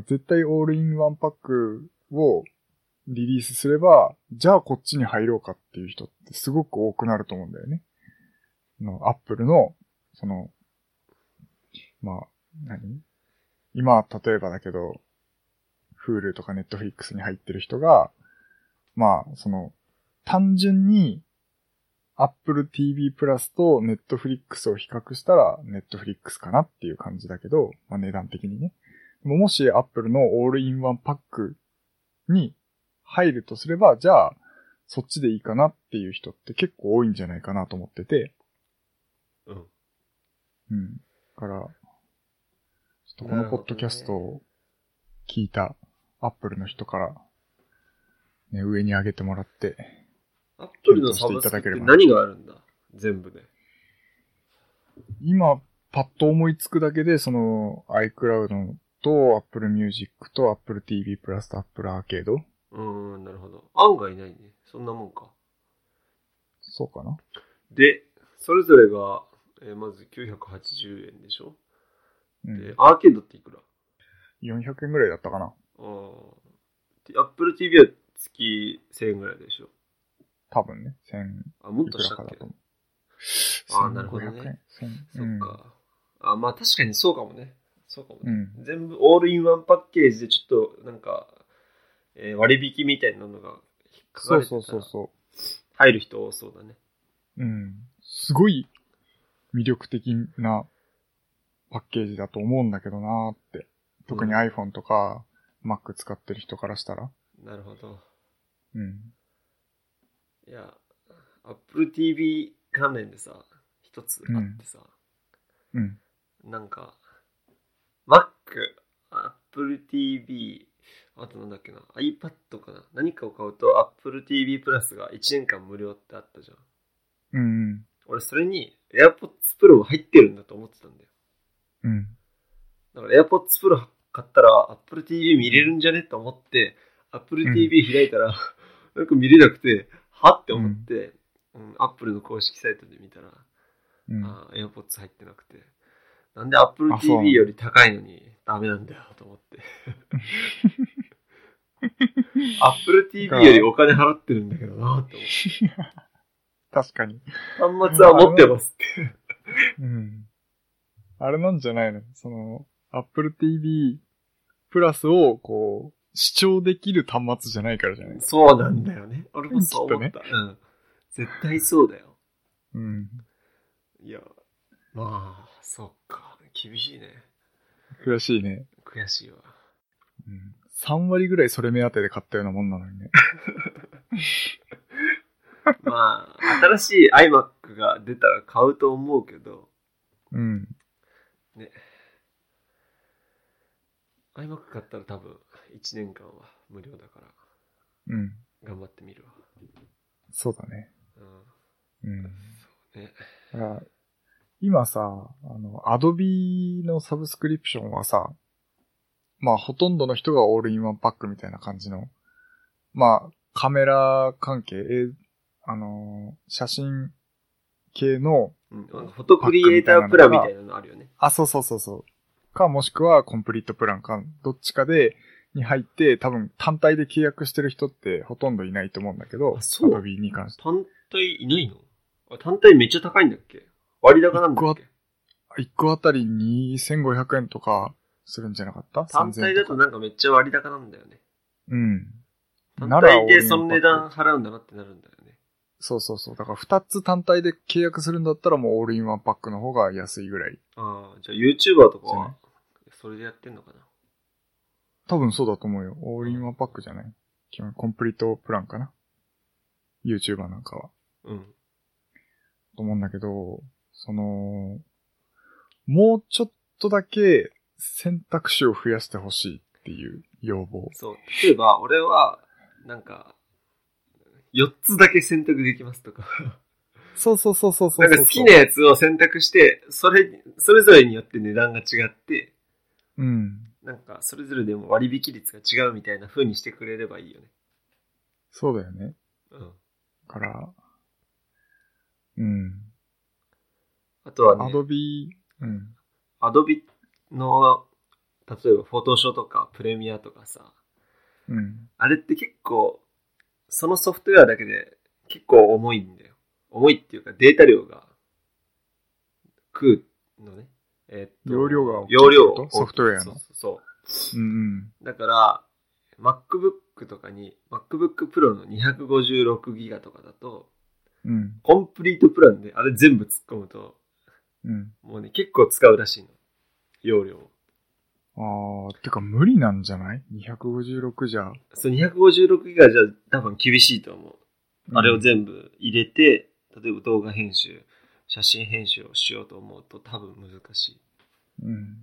絶対オールインワンパックをリリースすれば、じゃあこっちに入ろうかっていう人ってすごく多くなると思うんだよね。あの、アップルの、その、まあ、何今、例えばだけど、Hulu とか Netflix に入ってる人が、まあ、その、単純に、Apple TV プラスと Netflix を比較したら Netflix かなっていう感じだけど、まあ値段的にね。でももし Apple のオールインワンパックに入るとすれば、じゃあ、そっちでいいかなっていう人って結構多いんじゃないかなと思ってて。
うん。
うん。だから、ちょっとこのポッドキャストを聞いた Apple の人から、ね、上に上げてもらって。
アップルのサブスクって何があるんだ全部で。
今、パッと思いつくだけで、その iCloud のと Apple Music と Apple TV プラスと Apple Arcade?
うーん、なるほど。案外ないね。そんなもんか。
そうかな
で、それぞれが、えーまず980円でしょ、
う
で
ん。、
アーケードっていくら
400円ぐらいだったかな
あー。Apple TV は月1000円ぐらいでしょ
多分ね。1000
あ、もっ
い
と
くら
した
か
っ
だ
け
と思う。
あーなるほどね
1500円。
そ
1000
っ。か。あ、まあ確かにそうかもね。そうかも
う
ね。
ん。
全部オールインワンパッケージでちょっとなんか、えー割引みたいなのが引っかか
そ
れ
う
てた
そう
ら
そうそ
入る人多そうだね。
う。うん。すごい魅力的なパッケージだと思うんだけどなーって。特に
うん
iPhone とか Mac 使ってる人からしたら。
なるほど。
うん。
いや、Apple TV 関連でさ、一つあってさ、
うん。
なんか、Mac、Apple TV、あとなんだっけな、iPad かな。何かを買うと Apple TV プラスが1年間無料ってあったじゃん。
うん。
俺それに AirPods Pro が入ってるんだと思ってたんだよ。
うん。
だから AirPods Pro 買ったら Apple TV 見れるんじゃねと思って、Apple TV 開いたら、 なんか見れなくて、はって思って、うん、Apple の公式サイトで見たら、
うん。
あー AirPods 入ってなくて、なんで Apple
あそう
TV より高いのにダメなんだよと 思って。Apple TV よりお金払ってるんだけどなって
確かに。
思って。端末は持ってますって。
うん。あれなんじゃないのその、Apple TV プラスをこう、視聴できる端末じゃないからじゃない
そうなんだよね。俺もそう思った。うん。絶対そうだよ。
うん。
いや、まあ、そっか。厳しいね。
悔しいね。
悔しいわ。
うん。3割ぐらいそれ目当てで買ったようなもんなのにね。
まあ、新しい iMac が出たら買うと思うけど、
うん。
iMac 買ったら多分1年間は無料だから、
うん。
頑張ってみるわ。
そうだね。
う
うん。
ん。そうね。
だから今さ、あの、Adobe のサブスクリプションはさ、まあほとんどの人がオールインワンパックみたいな感じの、まあカメラ関係、えあの、写真系の、
うん、なんかフォトクリエイタープランみたいなのあるよね。
あ、そうそうそうそう。か、もしくはコンプリートプランか、どっちかで、に入って、多分単体で契約してる人ってほとんどいないと思うんだけど、
あそう
Adobe に関して。
単体いないのあ単体めっちゃ高いんだっけ割高なんだっけ
1個あたり2500円とかするんじゃなかった
単体だとなんかめっちゃ割高なんだよね。
うん。
単
なら
体でその値
オールインワンパッ
段
ク。
払うんだなってなるんだよね。
そうそうそう。だから二つ単体で契約するんだったらもうオールインワンパックの方が安いぐらい。
ああ、じゃあ YouTuber とか
じゃない
は、それでやってんのかな。
多分そうだと思うよ。オールインワンパックじゃない基本コンプリートプランかな ?YouTuber なんかは。
うん。
と思うんだけど、その、もうちょっとだけ選択肢を増やしてほしいっていう要望。
そう。例えば、俺は、なんか、4つだけ選択できますとか。
そうそうそうそうそう
なん
そう
か好きなやつを選択して、それ、それぞれによって値段が違って、
うん。
なんか、それぞれでも割引率が違うみたいな風にしてくれればいいよね。
そうだよね。
うん。
だから、うん。
あとは
ア
ね、
ドビうん。
アドビの、例えば、フォトショーとか、プレミアとかさ、
うん。
あれって結構、そのソフトウェアだけで結構重いんだよ。重いっていうかデータ量が食うのね。えっと
容量が大きい
容量
ってことソフトウェアの
そうそう
うんうん。
そう。だから、MacBook とかに、MacBook Pro の 256GB とかだと、
うん。
コンプリートプランであれ全部突っ込むと、
うん。
もうね、結構使うらしいの。容量を。
あー、てか無理なんじゃない ?256 じゃ。
そう、256GB じゃ多分厳しいと思う。あれを全部入れて、例えば動画編集、写真編集をしようと思うと多分難しい。
部。うん。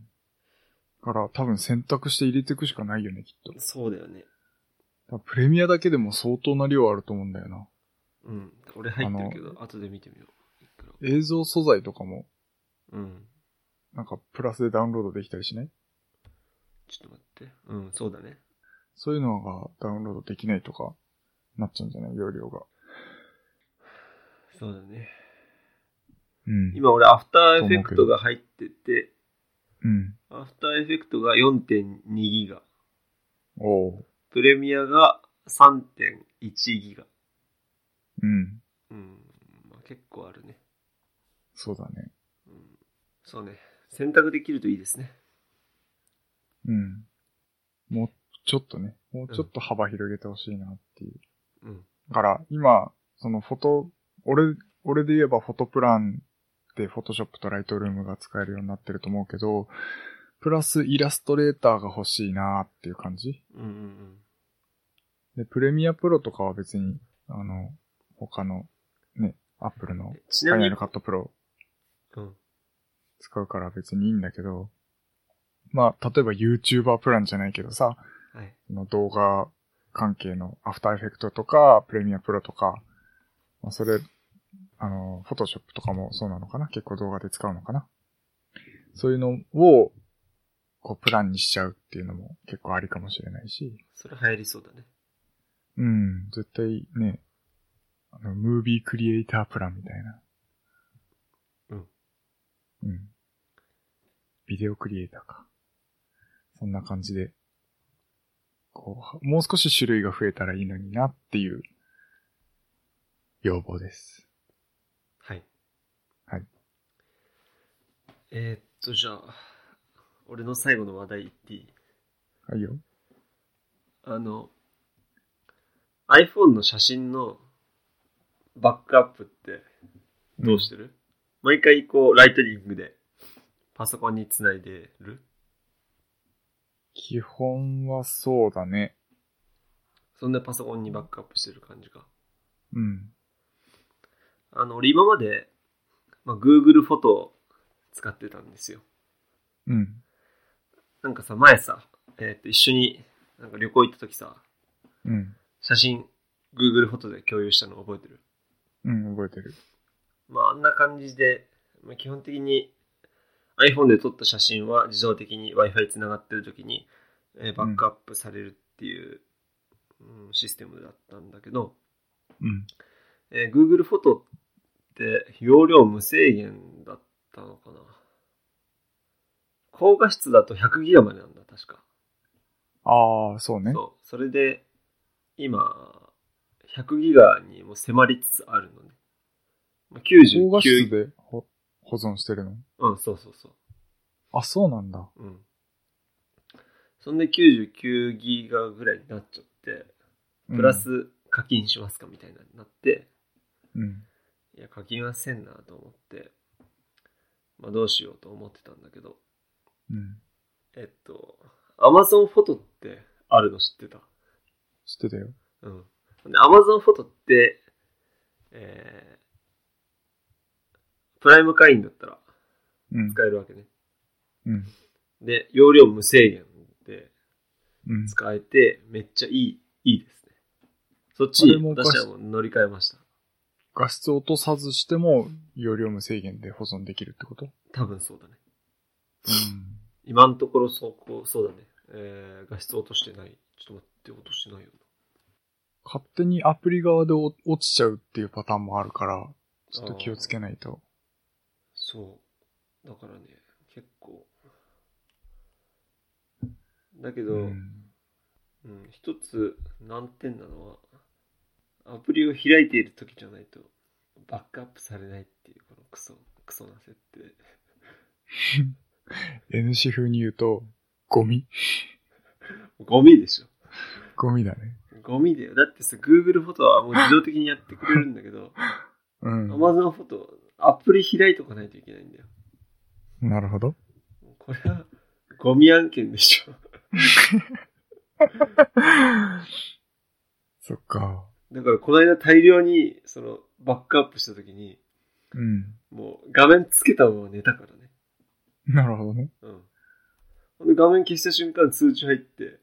だから多分選択して入れていくしかないよね、きっと。だか
そうだよね。
らプレミアだけでも相当な量あると思うんだよな。
うん。俺入ってるけど、後で見てみよう。いくら
映像素材とかも、
うん。
なんかプラスでダウンロードできたりしない
ちょっと待って。うん、そうだね。
そういうのがダウンロードできないとか、なっちゃうんじゃない容量が。
そうだね。
うん。
今俺、アフターエフェクトが入ってて、
うん。
アフターエフェクトが4.2ギガ。
おう。
プレミアが3.1ギガ。
うん。
うん、まあ、結構あるね。
そうだね。
うん、そうね。選択できるといいですね。
うん。もうちょっとね、もうちょっと幅広げてほしいなっていう。
うん。
だから、今、そのフォト、俺、俺で言えばフォトプランでフォトショップとライトルームが使えるようになってると思うけど、プラスイラストレーターが欲しいなっていう感じ。
うんうん
で、プレミアプロとかは別に、あの、他の、ね、アップルの
えち
ファ
な
イ
み
ナ
に
ルカットプロ
うん。うん。
使うから別にいいんだけど、まあ、例えば YouTuber プランじゃないけどさ、
はい。
その動画関係のアフターエフェクトとか、プレミアプロとか、まあ、それ、あの、フォトショップとかもそうなのかな結構動画で使うのかなそういうのを、こう、プランにしちゃうっていうのも結構ありかもしれないし、
それ流行りそうだね。
うん、絶対ね、あの、ムービークリエイタープランみたいな。
うん。
うん。ビデオクリエイターか。そんな感じで、こう、もう少し種類が増えたらいいのになっていう要望です。
はい。
はい。
えー、っと、じゃあ、俺の最後の話題言っていい
はいよ。
あの、iPhone の写真のバックアップってどうしてる、毎回こう、ライトニングでパソコンにつないでる
基本はそうだね。
そんなパソコンにバックアップしてる感じか。
うん。
あの、俺今まで、まあ、Google フォトを使ってたんですよ。
うん。
なんかさ、前さ、えーっと、一緒になんか旅行行った時さ、
うん。
写真、Google フォトで共有したの覚えてる
うん、覚えてる。
まあ、あんな感じで、まあ、基本的に iPhone で撮った写真は自動的に Wi-Fi つながってる時に、えーバックアップされるっていう、うんシステムだったんだけど、
うん。
えー Google フォトって容量無制限だったのかな高画質だと 100GB までなんだ確か
ああ、そうね。
そうそれで今 100GB にも迫りつつあるのねまあ
高画質
99
で保保存してるの
うんそうそうそう
あ、そうなんだ。
うん。そんで99ギガぐらいになっちゃって、
うん
プラ。ス課金しますかみたいなになって、
うん。
いや、課金はせんなと思って、まあどうしようと思ってたんだけど、
うん。
えっと、Amazon フォトってあるの知ってた
知ってたよ。
うん。で、Amazon フォトって、えー、プライム会員だったら
うん。
使えるわけね。
うん。
で、容量無制限で、
うん。
使えて、めっちゃいい、いいですね。そっち
あれ
に
もおかし
私はもう乗り換えました。
画質を落とさずしても、容量無制限で保存できるってこと
多分そうだね。
うん。
今のところそう、こう、そうだね。えー、画質落としてない。ちょっと待って、落としてないよ
勝手にアプリ側でお落ちちゃうっていうパターンもあるから、ちょっと気をつけないと。
そう。だからね、結構。だけ
う
ど、うん、
ん。
一つ難点なのは、アプリを開いている時じゃないと、バックアップされないっていう、このクソ、クソな設定。
NC 風に言うと、ゴミ
ゴミでしょ。
ゴミだね。
ゴミだよ。だってさ、Google フォトはもう自動的にやってくれるんだけど、
うん。
Amazon フォト、アプリ開いとかないといけないんだよ。
なるほど。
これは、ゴミ案件でしょ。
そっか。
だから、この間大量に、その、バックアップした時に、
うん。
もう、画面つけたまま寝たからね。
なるほどね。
うん。ほんで、画面消した瞬間通知入って、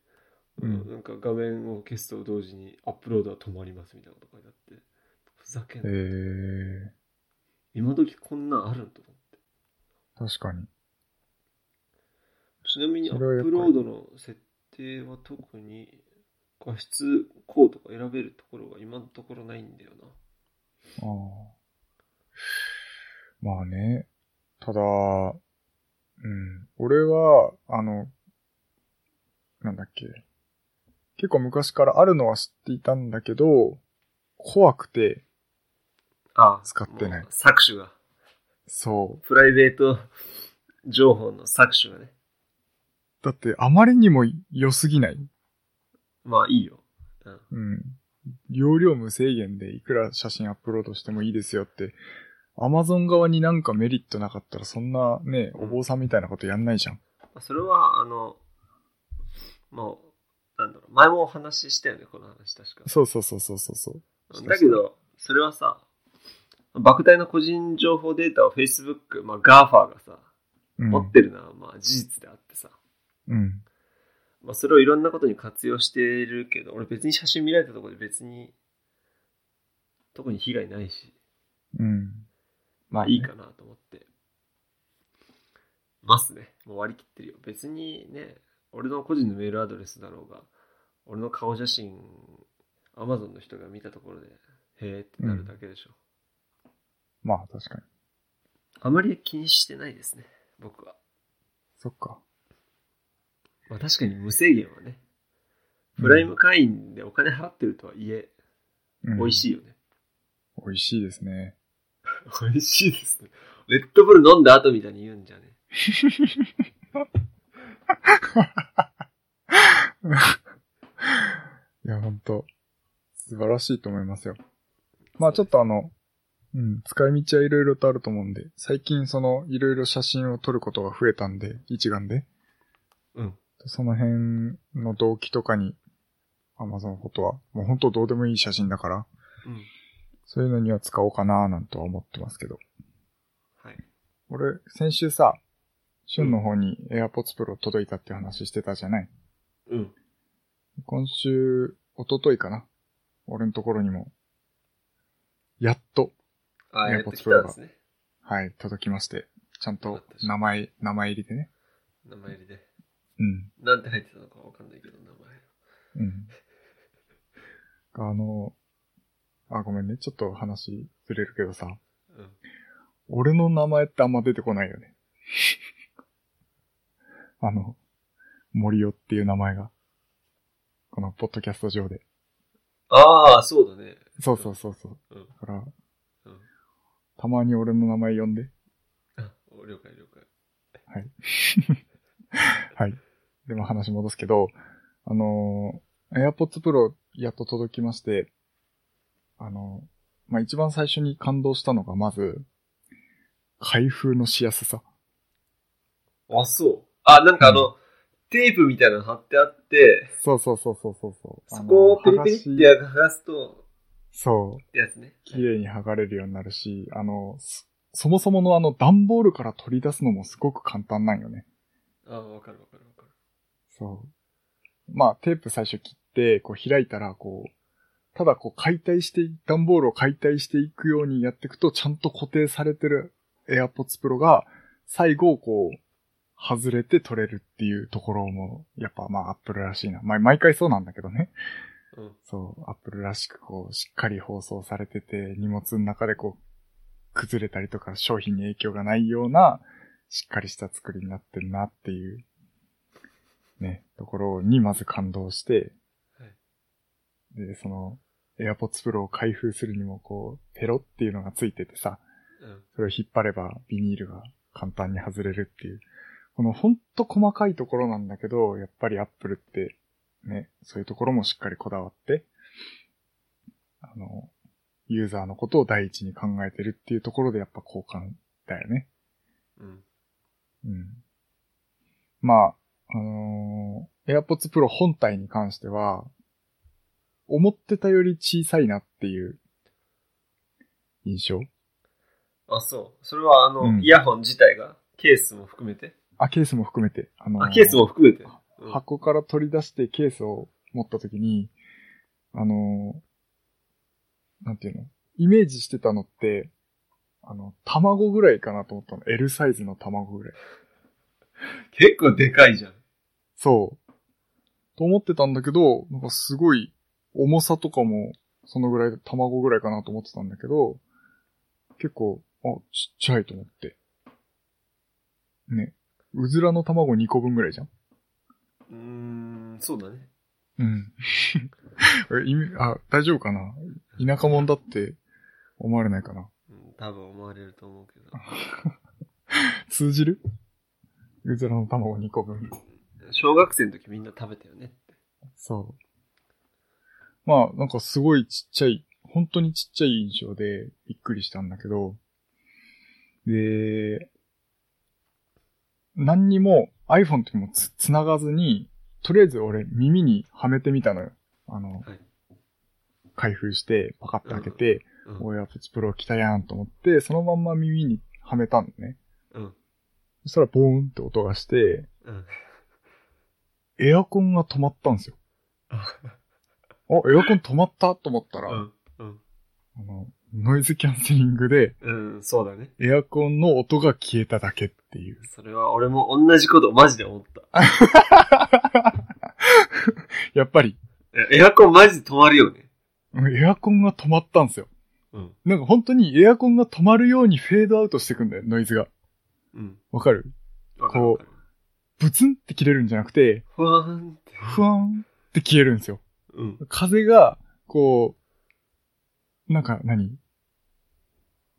う
うん
ん、なんか画面を消すと同時にアップロードは止まりますみたいなこと書いてあって、ふざけん
え
な。
ー、
今時こんなんあるんと思って。
確かに。
ちちなみにア
それはや
ッ
っぱ
プ
り
ロードの設定は特に画質こうとか選べるところが今のところないんだよな。
ああ。まあね。ただ、うん。俺は、あの、なんだっけ。結構昔からあるのは知っていたんだけど、怖くて、
あ
使ってない
もう搾取が。
そう。
プライベート情報の搾取がね。
だって、あまりにも良すぎない。
まあいいよ。うん。
うん。容量無制限でいくら写真アップロードしてもいいですよって、アマゾン側になんかメリットなかったらそんなね、お坊さんみたいなことやんないじゃん。
まあそれは、あの、もう、なんだろう、前もお話ししたよね、この話確か。
そうそうそうそうそうそう。
うんだけど、それはさ、莫大な個人情報データを Facebook、まあ GAFA がさ、
うん。
持ってるのはまあ事実であってさ、
うん。
まあそれをいろんなことに活用してるけど、俺別に写真見られたところで別に、特に被害ないし、
うん。
まあいいかなと思って、ますね。もう割り切ってるよ。別にね、俺の個人のメールアドレスだろうが、俺の顔写真、Amazon の人が見たところで、へえってなるだけでしょ。
まあ確かに。
あまり気にしてないですね、僕は。
そっか。
まあ確かに無制限はね、プライム会員でお金払ってるとはいえ、
うん、
美味
い。
しいよね。
美味しいですね。
美味しいですね。レッドブル飲んだ後みたいに言うんじゃね。
いや、ほんと。素晴らしいと思いますよ。まあちょっとあの、うん、使い道はいろいろとあると思うんで、最近その、いろいろ写真を撮ることが増えたんで、一眼で。
うん。
その辺の動機とかに、Amazon フォトは、もうほんとどうでもいい写真だから、
うん。
そういうのには使おうかななんとは思ってますけど。
はい。
俺、先週さ、旬の方に AirPods Pro 届いたっていう話してたじゃない
うん。
今週、一昨日かな俺のところにも、やっと、
ああ、
ね
やってきたんですね。
はい、届きまして、ちゃん
よ
と
かったです
名前、名前入りでね。
名前入りで。
うん、
なんて入ってたのかわかんないけど、名前。
うん。あの、あ、ごめんね、ちょっと話ずれるけどさ、
うん。
俺の名前ってあんま出てこないよね。 あの、森尾っていう名前が、このポッドキャスト上で。
ああ、そうだね。
そうそうそうそう。
うん。
だから、
うん。
たまに俺の名前呼んで。
あ、お了解了解。
はい。でも話戻すけど、あのー、AirPods Pro やっと届きまして、あのー、まあ、一番最初に感動したのが、まず、開封のしやすさ。
あ、そう。あ、なんかあの、テープみたいなの貼ってあって、
そうそうそうそうそうそう。
そこを
あ
ペ
の
リ
ー
ペリって
剥がし
剥がすと、
そう。
ってやつね。
綺麗に剥がれるようになるし、あの、そそもそものあの段ボールから取り出すのもすごく簡単なんよね。
ああ、わかるわかるわかる。
そう。まあ、テープ最初切って、こう開いたら、こう、ただこう解体してい、段ボールを解体していくようにやっていくと、ちゃんと固定されてる AirPods Pro が、最後、こう、外れて取れるっていうところも、やっぱまあ、Apple らしいな。まあ、毎回そうなんだけどね。
うん。
そう、アップルらしくこう、しっかり包装されてて、荷物の中でこう、崩れたりとか商品に影響がないような、しっかりした作りになってるなっていう、ね、ところにまず感動して、
はい
で、その、AirPods Pro を開封するにもこう、ペロっていうのがついててさ、
うん。
それを引っ張ればビニールが簡単に外れるっていう。このほんと細かいところなんだけど、やっぱりアップルってね、そういうところもしっかりこだわって、あの、ユーザーのことを第一に考えてるっていうところでやっぱ好感だよね。
うん。
うん。まあ、あのー AirPods Pro 本体に関しては、思ってたより小さいなっていう印象。
あ、そう。それはあの、
うん
イヤホン自体が、ケースも含めて。
あ、ケースも含めて。あの
あ、ケースも含めて。うん
箱から取り出してケースを持った時に、あのー、なんていうのイメージしてたのって、あの、卵ぐらいかなと思ったの。L サイズの卵ぐらい。
結構でかいじゃん。
そう。と思ってたんだけど、なんかすごい重さとかもそのぐらい、卵ぐらいかなと思ってたんだけど、結構、あ、ちっちゃいと思って。ね。うずらの卵2個分ぐらいじゃん。
うーん、そうだね。
うん。 え意味あ、大丈夫かな田舎者だって思われないかな
うん多分思われると思うけど。
通じるうずらの卵2個分。
小学生の時みんな食べたよねって。
そう。まあ、なんかすごいちっちゃい、本当にちっちゃい印象でびっくりしたんだけど、で、何にも iPhone ともつ、つながずに、とりあえず俺耳にはめてみたのよ。あの、
はい
開封して、パカッて開けて、
うん。
おや、プチプロ来たやんと思って、そのまんま耳にはめたのね。
うん。
そしたらボーンって音がして、
うん。
エアコンが止まったんですよ。あ、エアコン止まったと思ったら、
うん。うん
あの、ノイズキャンセリングで、
うん、そうだね。
エアコンの音が消えただけっていう。
それは俺も同じことマジで思った。
やっぱり、
えエアコンマジで止まるよね。
うんエアコンが止まったんですよ。
うん。
なんか本当にエアコンが止まるようにフェードアウトしてくんだよ、ノイズが。
うん。
わかる
わかるわかる。
ブツンって切れるんじゃなくて、
ふわーんって。
ふわーんって消えるんですよ。
うん。
風が、こう、なんか何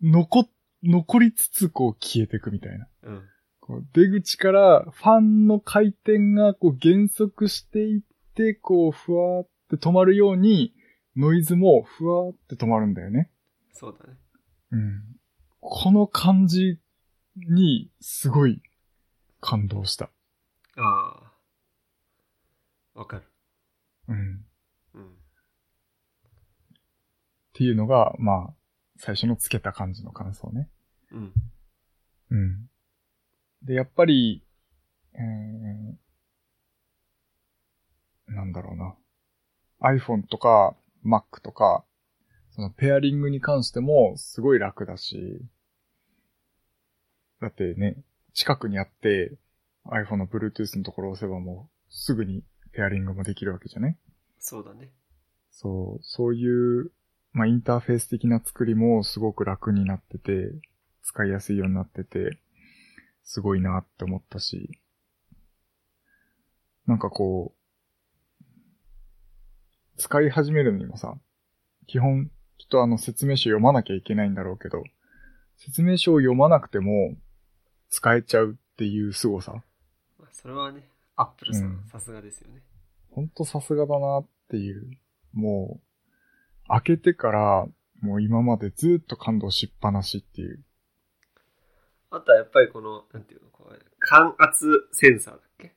残、残りつつこう消えてくみたいな。
うん。
こう出口からファンの回転がこう減速していって、こうふわーって止まるように、ノイズもふわーって止まるんだよね。
そうだね。
うん。この感じにすごい感動した。
ああ。わかる。
うん。
うん。
っていうのが、まあ、最初のつけた感じの感想ね。
うん。
うん。で、やっぱり、えー、なんだろうな。iPhone とか Mac とか、そのペアリングに関してもすごい楽だし、だってね、近くにあって iPhone の Bluetooth のところを押せばもうすぐにペアリングもできるわけじゃね
そうだね。
そう、そういう、まあ、インターフェース的な作りもすごく楽になってて、使いやすいようになってて、すごいなって思ったし、なんかこう、使い始めるのにもさ、基本、きっとあの説明書読まなきゃいけないんだろうけど、説明書を読まなくても使えちゃうっていう凄さ。
まあ、それはね、アップルさ
うん
ん、さすがですよね。
ほんとさすがだなっていう。もう、開けてから、もう今までずっと感動しっぱなしっていう。
あとはやっぱりこの、なんていうの、これ、感圧センサーだっけ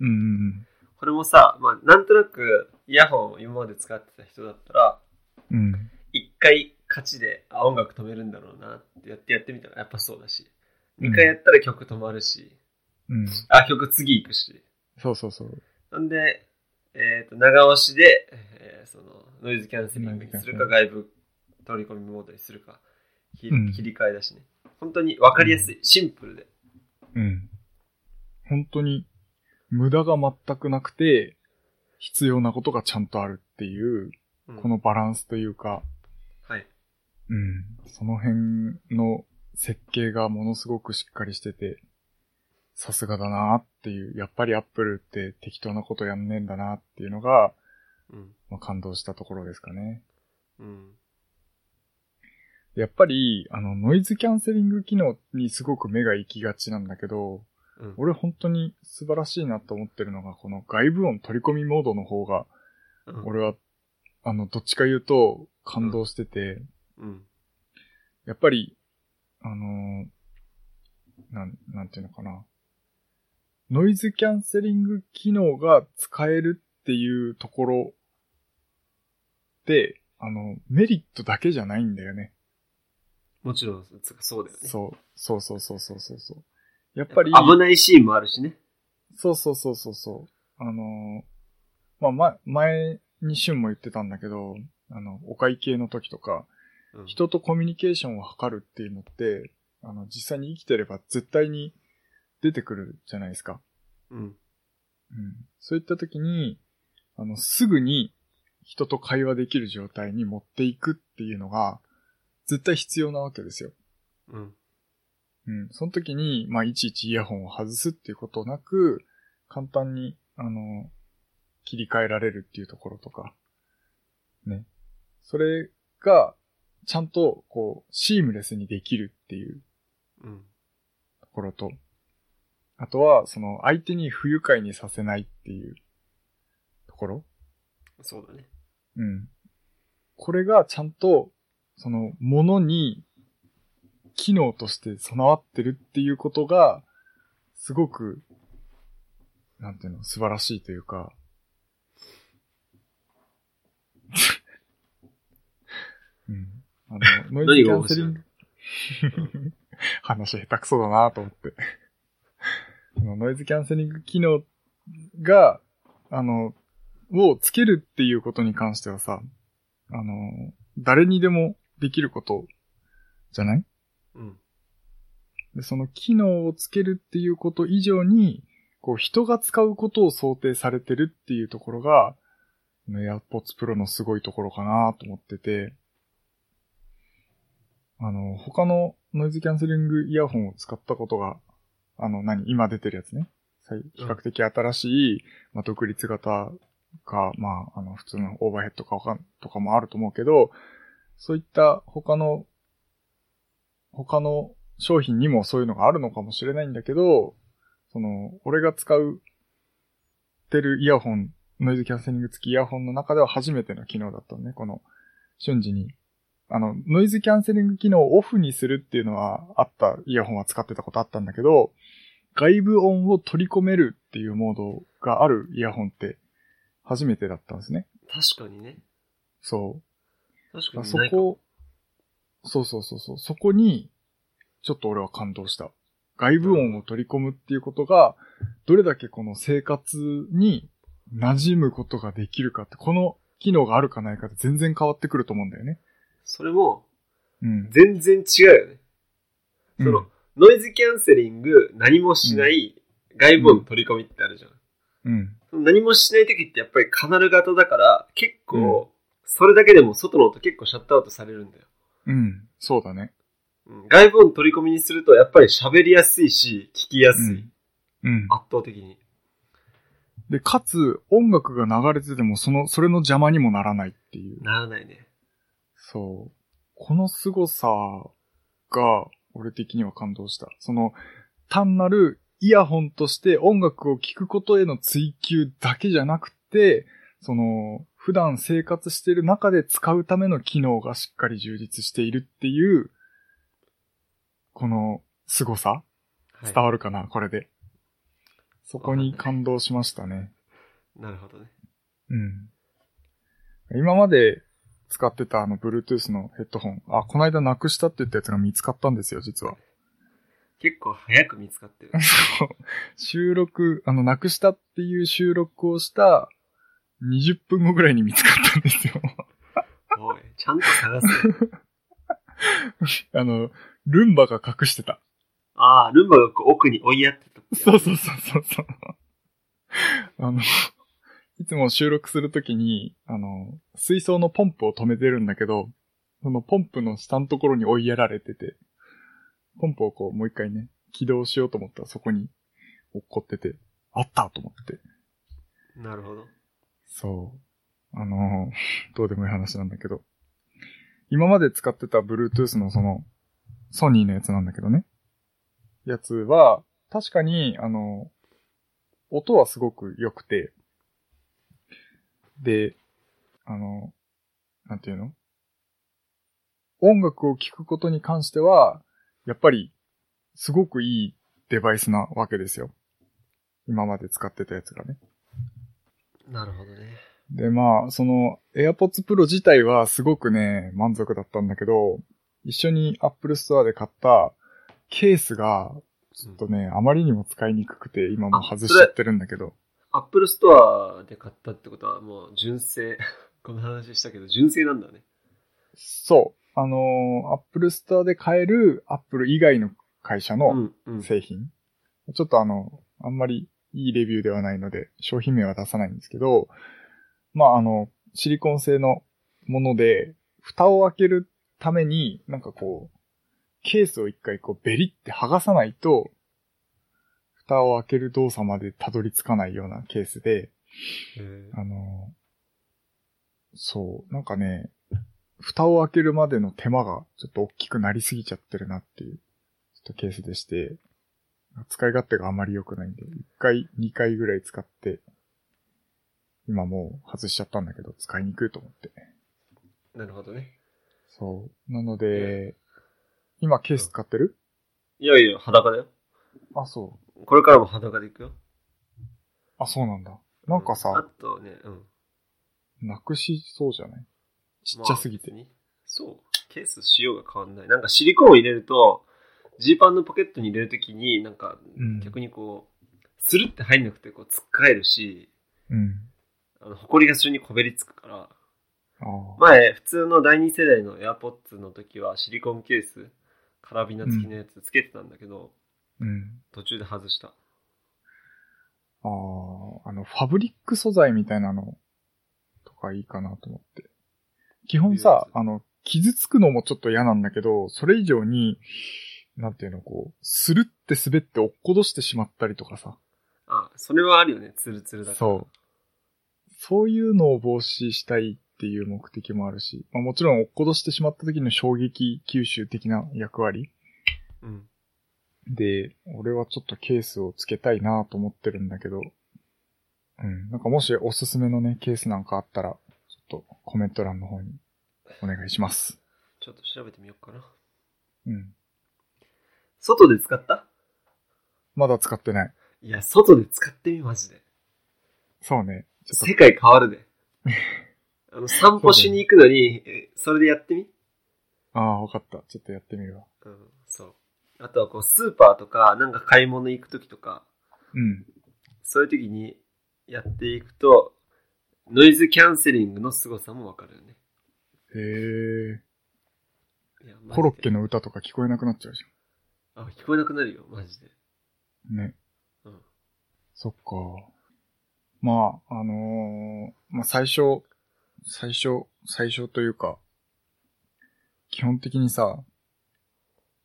うんうん
これもさ、まあ、なんとなく、イヤホンを今まで使ってた人だったら、
うん。うん。
一回勝ちで、あ、音楽止めるんだろうなってやってやってみたら、やっぱそうだし、
うん
二回やったら曲止まるし、
うん。
あ、曲次行くし。
そうそうそう。
なんで、えっ、と、長押しで、えーその、ノイズキャンセリングにするか、外部取り込みモードにするか、ひ
うん
切り替えだしね。本当に分かりやすい、シンプルで。
うん。本当に、無駄が全くなくて、必要なことがちゃんとあるっていう、
うん
このバランスというか、
はい。
うん。その辺の設計がものすごくしっかりしてて、さすがだなっていう、やっぱりアップルって適当なことやんねえんだなっていうのが、
うん。
まあ、感動したところですかね。
うん。
やっぱり、あの、ノイズキャンセリング機能にすごく目が行きがちなんだけど、
うん。
俺本当に素晴らしいなと思ってるのが、この外部音取り込みモードの方が、
うん、
俺は、あの、どっちか言うと感動してて、
うん。
やっぱり、あのーなん、なんていうのかな。ノイズキャンセリング機能が使えるっていうところで、あの、メリットだけじゃないんだよね。
もちろん、つうかそうだよね。
そう、そうそうそうそうそうそう。やっ
やっぱ
ぱ
り
り、
危ないシーンもあるしね。
そうそうそうそうそう。あのーまあ、ま、前に旬も言ってたんだけど、あの、お会計の時とか、
うん、
人とコミュニケーションを図るっていうのって、あの、実際に生きてれば絶対に出てくるじゃないですか。
うん。
うん。そういった時に、あの、すぐに人と会話できる状態に持っていくっていうのが、絶対必要なわけですよ。
うん。
うん。その時に、まあ、いちいちイヤホンを外すっていうことなく、簡単に、あの、切り替えられるっていうところとか、ね。それが、ちゃんと、こう、シームレスにできるっていう
うん。
ところと、あとは、その、相手に不愉快にさせないっていうところ
そうだね。
うん。これがちゃんと、その、ものに、機能として備わってるっていうことが、すごく、なんていうの、素晴らしいというか、 うん。あの、ノイズキャンセリング、 話下手くそだなと思って。あのノイズキャンセリング機能が、あの、をつけるっていうことに関してはさ、あの、誰にでもできることじゃない
うん。
でその機能をつけるっていうこと以上に、こう人が使うことを想定されてるっていうところが、AirPods Pro のすごいところかなと思ってて、あの、他のノイズキャンセリングイヤホンを使ったことが、あの、何今出てるやつね。最比較的新しい、まあ、独立型か、まあ、あの、普通のオーバーヘッドかわかん、とかもあると思うけど、そういった他の、他の商品にもそういうのがあるのかもしれないんだけど、その、俺が使う、てるイヤホン、ノイズキャンセリング付きイヤホンの中では初めての機能だったのね、この、瞬時に。あの、ノイズキャンセリング機能をオフにするっていうのはあった、イヤホンは使ってたことあったんだけど、外部音を取り込めるっていうモードがあるイヤホンって初めてだったんですね。
確かにね。
そう。
確か
あ
に
そ
ないかも
こ、そうそうそうそう、そこに、ちょっと俺は感動した。外部音を取り込むっていうことが、どれだけこの生活に馴染むことができるかって、この機能があるかないかって全然変わってくると思うんだよね。
それも、
うん。
全然違うよね。その、ノイズキャンセリング、何もしない、外部音取り込みってあるじゃん。
うん。
その何もしない時ってやっぱりカナル型だから、結構、それだけでも外の音結構シャットアウトされるんだよ。
うん。そうだね。
うん外部音取り込みにすると、やっぱり喋りやすいし、聞きやす
う
い。
んうん。
圧倒的に。
で、かつ、音楽が流れてても、その、それの邪魔にもならないっていう。
ならないね。
そう。この凄さが、俺的には感動した。その、単なるイヤホンとして音楽を聴くことへの追求だけじゃなくて、その、普段生活している中で使うための機能がしっかり充実しているっていう、この凄さ
はい
伝わるかな、これで。そこに
わかんない
感動しましたね。
なるほどね。
うん。今まで使ってたあの Bluetooth のヘッドホン、あ、この間なくしたって言ったやつが見つかったんですよ、実は。
結構早く見つかってる。
収録、あの、なくしたっていう収録をした20分後ぐらいに見つかったんですよ。
おい、ちゃんと探すよ。
あの、ルンバが隠してた。
ああ、ルンバがこう奥に追いやって たってやつ
そうそうそうそうそう。あの、いつも収録するときに、あの、水槽のポンプを止めてるんだけど、そのポンプの下のところに追いやられてて、ポンプをこうもう一回ね、起動しようと思ったらそこに落っこってて、あったと思って。
なるほど。
そう。あの、 どうでもいい話なんだけど。今まで使ってた Bluetooth のその、ソニーのやつなんだけどね。やつは、確かに、あの、音はすごく良くて、で、あの、なんていうの音楽を聴くことに関しては、やっぱり、すごくいいデバイスなわけですよ。今まで使ってたやつがね。
なるほどね。
で、まあ、その AirPods Pro 自体はすごくね、満足だったんだけど、一緒に Apple Store で買ったケースが、ちょっとね、あまりにも使いにくくて、今もう外しちゃってるんだけど、
アップルストアで買ったってことは、もう純正。 この話したけど、純正なんだね。
そう、あのー、Apple Store で買える Apple 以外の会社の
うん。
製品ちょっとあの、あんまりいいレビューではないので、商品名は出さないんですけど、まああの、シリコン製のもので、蓋を開けるために、なんかこう、ケースを一回こうベリって剥がさないと、蓋を開ける動作までたどり着かないようなケースで、
へえ
あの、そう、なんかね、蓋を開けるまでの手間がちょっと大きくなりすぎちゃってるなっていう、ちょっとケースでして、使い勝手があまり良くないんで、1回、2回ぐらい使って、今もう外しちゃったんだけど、使いにくいと思って。
なるほどね。
そう。なので、今ケース使ってる
いやいや、裸だよ。
あ、そう。
これからも裸でいくよ。
あ、そうなんだ。なんか
うあ
さ、
とね、うん。
なくしそうじゃないちっちゃすぎて。
まあ別にそう。ケース仕様が変わんない。なんかシリコーンを入れると、ジーパンのポケットに入れるときに、なんか
うん
逆にこう、スルって入んなくて、こう、つっかえるし、
うん。
あの、埃がそれにこべりつくから、
ああ。
前、普通の第二世代の AirPods の時はシリコンケース、カラビナ付きのやつつけてたんだけど、
うん。
途中で外した。
ああ、あの、ファブリック素材みたいなのとかいいかなと思って。基本さ
いいや、つ
あの、傷つくのもちょっと嫌なんだけど、それ以上に、なんていうの、こう、スルって滑って落っこどしてしまったりとかさ。
あ、それはあるよね、ツルツルだから。
そう。そういうのを防止したいっていう目的もあるし、まあ、もちろん落っこどしてしまった時の衝撃吸収的な役割
う。うん。
で、俺はちょっとケースをつけたいなと思ってるんだけど、うん、なんかもしおすすめのね、ケースなんかあったら、ちょっとコメント欄の方にお願いします。
ちょっと調べてみようかな。
うん。
外で使った
まだ使ってない。
いや、外で使ってみ、マジで。
そうね。ちょっ
世界変わる で。あの、散歩しに行くのに、えそれでやってみ
と、ああー、わかった。ちょっとやってみるわ。
うん、そう。あとはこう、スーパーとか、なんか買い物行くときとか、
うん。
そういうときにやっていくと、ノイズキャンセリングの凄さもわかるよね。
へえ。
いや
コロッケ。の歌とか聞こえなくなっちゃうじ
マジであ、聞こえなくなるよ、マジで。
ゃん。ね。
うん。
そっか。まあ、あのーまあ最初、最初、最初というか、基本的にさ、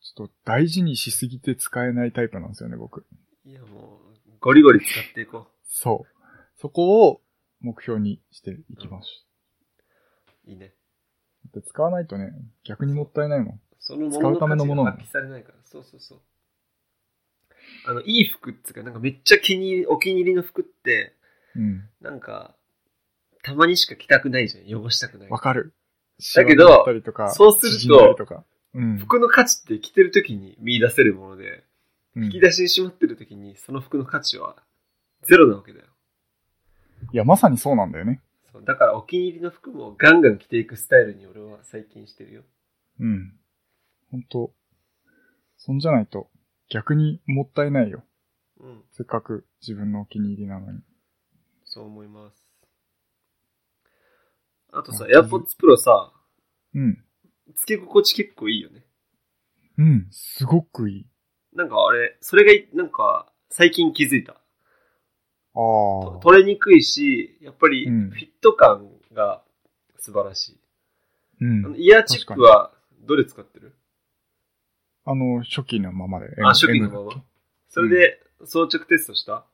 ちょっと大事にしすぎて使えないタイプなんですよね、僕。
いや、もう、ゴリゴリ使っていこ
そう。そこを目標にしていきます。
う。いいね。
だって使わないとね、逆にもったいないもん。
そのも
使
の
うためのもの
の価値が発揮されないから。そうそうそう。あの、いい服っつうか、なんかめっちゃ気に入り、お気に入りの服って、
うん。
なんか、たまにしか着たくないじゃん。汚したくない。
わかる。
だけど
シワになったりとか
そうすると
縮んだりとかうん。
服の価値って着てる時に見出せるもので、
うん
引き出しにしまってる時にその服の価値はゼロなわけだよ。
いや、まさにそうなんだよね。
そうだからお気に入りの服もガンガン着ていくスタイルに俺は最近してるよ。
うん。ほんと。そんじゃないと、逆にもったいないよ。
うん、
せっかく自分のお気に入りなのに。
そう思います。あとさ、
あ
AirPods Pro さ、
うん。
付け心地結構いいよね。
うん。すごくいい。
なんかあれ、それがい、なんか最近気づいた。
あ
と
あ。
取れにくいし、やっぱり
う
フ
ん
ィット感が素晴らしい。
うん
あの。イヤーチップはどれ使ってる
あの、初期のままで。M-
あ、初期の
M
ま
だっ
ま
け。
それで装着テストした、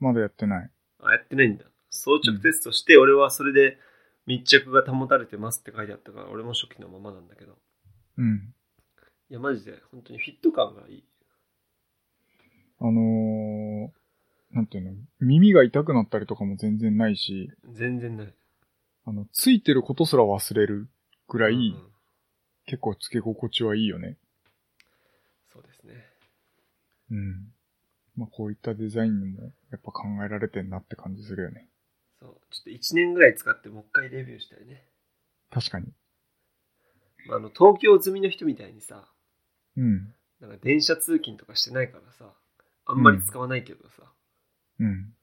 まだやってない。
あ、やってないんだ。装着テストして、俺はそれで密着が保たれてますって書いてあったから、俺も初期のままなんだけど。
うん。
いや、マジで、本当にフィット感がいい。
あのー、なんていうの、耳が痛くなったりとかも全然ないし、
全然ない。
あの、ついてることすら忘れるぐらい、
うんうん
結構付け心地はいいよね。
そうですね。
うん。まあ、こういったデザインにも、やっぱ考えられてんなって感じするよね。
そう。ちょっと1年ぐらい使って、もう一回レビューしたいね。
確かに。
まあ、あの、東京済みの人みたいにさ、
うん。
なんか電車通勤とかしてないからさ、あんまり使わないけどさ、
うん。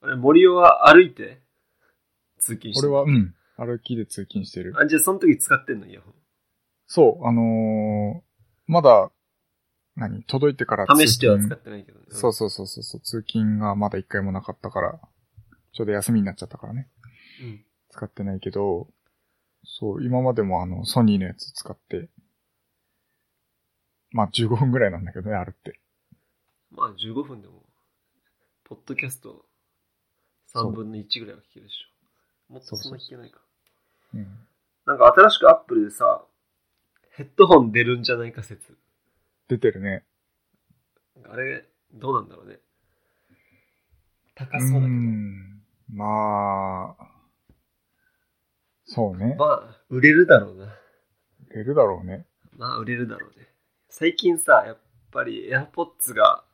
あれ、森尾は歩いて通勤して
俺
る
は、うん。歩きで通勤してる。
あ、じゃあその時使ってんのイヤホン。
そう、あのーまだ、何届いてから
試しては使ってないけどね。
そううそうそうそうそう、通勤がまだ一回もなかったから、ちょうど休みになっちゃったからね。
ん。うん。
使ってないけど、そう、今までもあの、ソニーのやつ使って、まあ15分ぐらいなんだけどね、あるって。
まあ15分でも、ポッドキャスト3分の1ぐらいは聞けるでしょ。もっとそんな聞けないか。
うん。
なんか新しくアップルでさ、ヘッドホン出るんじゃないか説。
出てるね。
なんかあれ、どうなんだろうね。高
う
そうだけど。
ん。まあ、そうね。
まあ、売れるだろうな。
出るだろうね。
まあ、売れるだろうね。最近さ、やっぱり AirPods が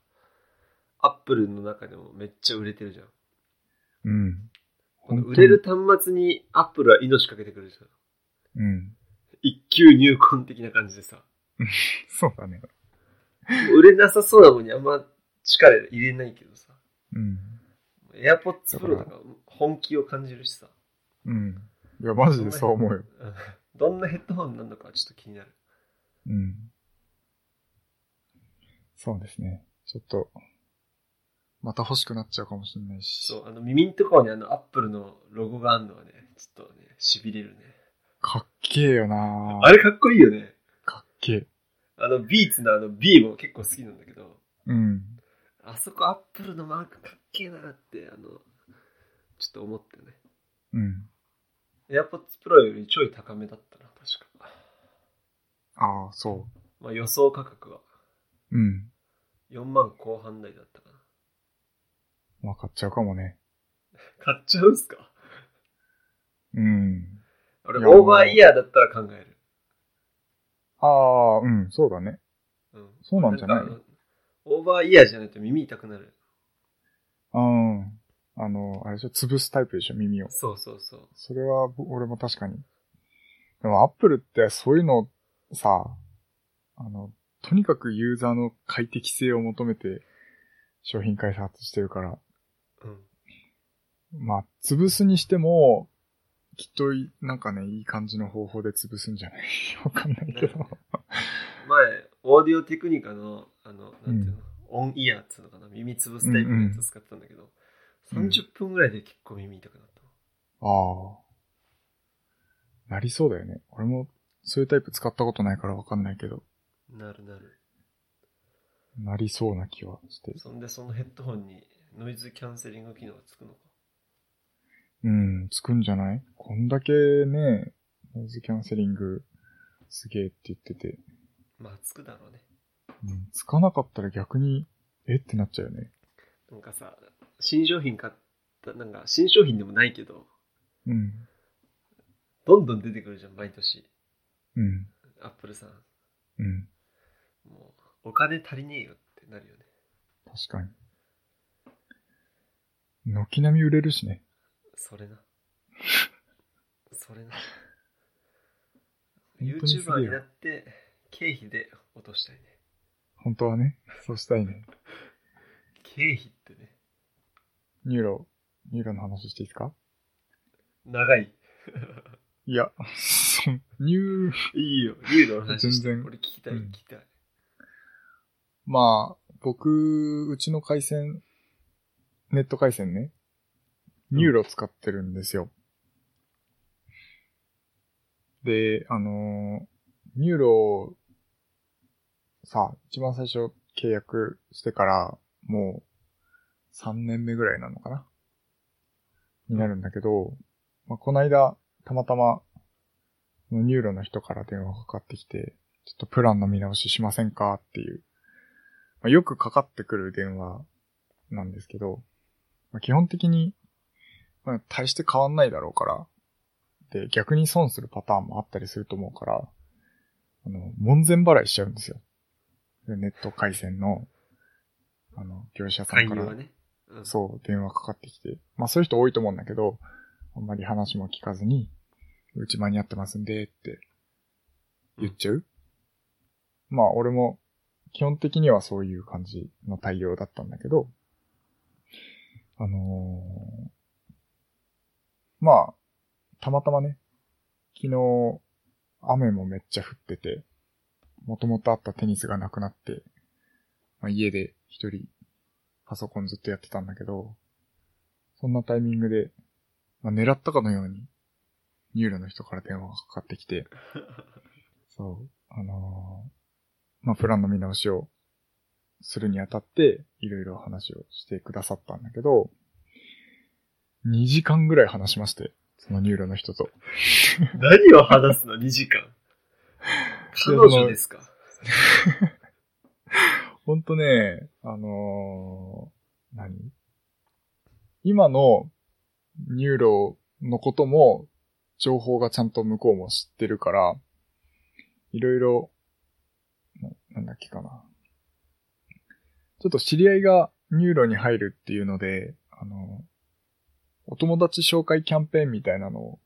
Apple の中でもめっちゃ売れてるじゃん。
うん。
この
本当に
売れる端末に Apple は命かけてくるじゃん。
うん。
一級入魂的な感じでさ。
そうだね。
売れなさそうなものにあんま力入れないけどさ。
うん。
AirPods Pro とか本気を感じるしさ。
うん。いや、マジでそう思うよ。
うんどんなヘッドホンになるのかちょっと気になる。
うん。そうですね。ちょっと、また欲しくなっちゃうかもしれないし。
そう、あの耳んところにあの Apple のロゴがあるのはね、ちょっとね、痺れるね。
かっけえよな
あれかっこいいよね。
かっけえ。
あのビーツのあの B も結構好きなんだけど、
うん。
あそこアップルのマークかっけえなって、あの、ちょっと思ってね。
うん。
AirPods Pro よりちょい高めだったな、確か。
ああ、そ
まあ予想価格は
う。うん。
4万後半台だったか
まあ、買っちゃうかもね。
な。買っちゃうんすか
うん。い
俺
や
オーバーイヤーだったら考える。
ああ、うん、そうだね。
うん。
そうなんじゃない
かあのオーバーイヤーじゃないと耳痛くなる。
うん。あの、あれでしょ、潰すタイプでしょ、耳を。
そうそうそう。
それは、ぼ俺も確かに。でも、アップルってそういうの、さ、あの、とにかくユーザーの快適性を求めて商品開発してるから、
うん。
まあ、潰すにしても、きっとい、なんかね、いい感じの方法で潰すんじゃない わかんないけど。
前、オーディオテクニカの、あの、なんていうの、
うん
オンイヤーっていうのかな、耳つぶすタイプのやつを使ってたんだけど、
うんうん
30分ぐらいで結構耳痛くなった。
ああ。なりそうだよね。俺も、そういうタイプ使ったことないからわかんないけど、
なるなる。
なりそうな気はして。
そんで、そのヘッドホンにノイズキャンセリング機能がつくのか。
うん、つくんじゃないこんだけね、ノイズキャンセリング、すげえって言ってて、
まあ、つくだろうね。
うん、つかなかったら逆に、えってなっちゃうよね。
なんかさ、新商品買った、なんか、新商品でもないけど、
うん、
どんどん出てくるじゃん、毎年。
うん、
アップルさん。
うん。
もう、お金足りねえよってなるよね。
確かに。軒並み売れるしね。
それな。それな。
本当にすげえ
YouTuber になって、経費で落としたいね。
本当はね、そうしたいね。
経費ってね、
ニューロ、ニューロの話していいですか
長い。
いや、そんニュー、
いいよ。ユーロの話して。
全然
俺聞きたい、
うん
聞きたい。
まあ、僕、うちの回線、ネット回線ね、
うん
ニューロ使ってるんですよ。で、あのーニューロさ、一番最初契約してから、もう、3年目ぐらいなのかなになるんだけど、まあ、この間、たまたま、ニューロの人から電話がかかってきて、ちょっとプランの見直ししませんかっていうまあ、よくかかってくる電話なんですけど、まあ、基本的に、まあ、大して変わんないだろうから、で、逆に損するパターンもあったりすると思うから、あの、門前払いしちゃうんですよ。でネット回線の、あの、業者さ
勧
んか
誘
ら
は。ね。うん
そう、電話かかってきて。まあそういう人多いと思うんだけど、あんまり話も聞かずに、うち間に合ってますんで、って言っちゃう、まあ俺も基本的にはそういう感じの対応だったんだけど、あのーまあ、たまたまね、昨日、雨もめっちゃ降ってて、もともとあったテニスがなくなって、まあ、家で一人パソコンずっとやってたんだけど、そんなタイミングで、まあ、狙ったかのように、ニューロの人から電話がかかってき て、そう、あのーまあ、プランの見直しをするにあたって、いろいろ話をしてくださったんだけど、2時間ぐらい話しまして、そのニューロの人と。
何を話すの ?2 時間。彼女ですか。
ほんとね、あのー何今のニューロのことも情報がちゃんと向こうも知ってるから、いろいろ、ななんだっけかな。ちょっと知り合いがニューロに入るっていうので、あの、お友達紹介キャンペーンみたいなのを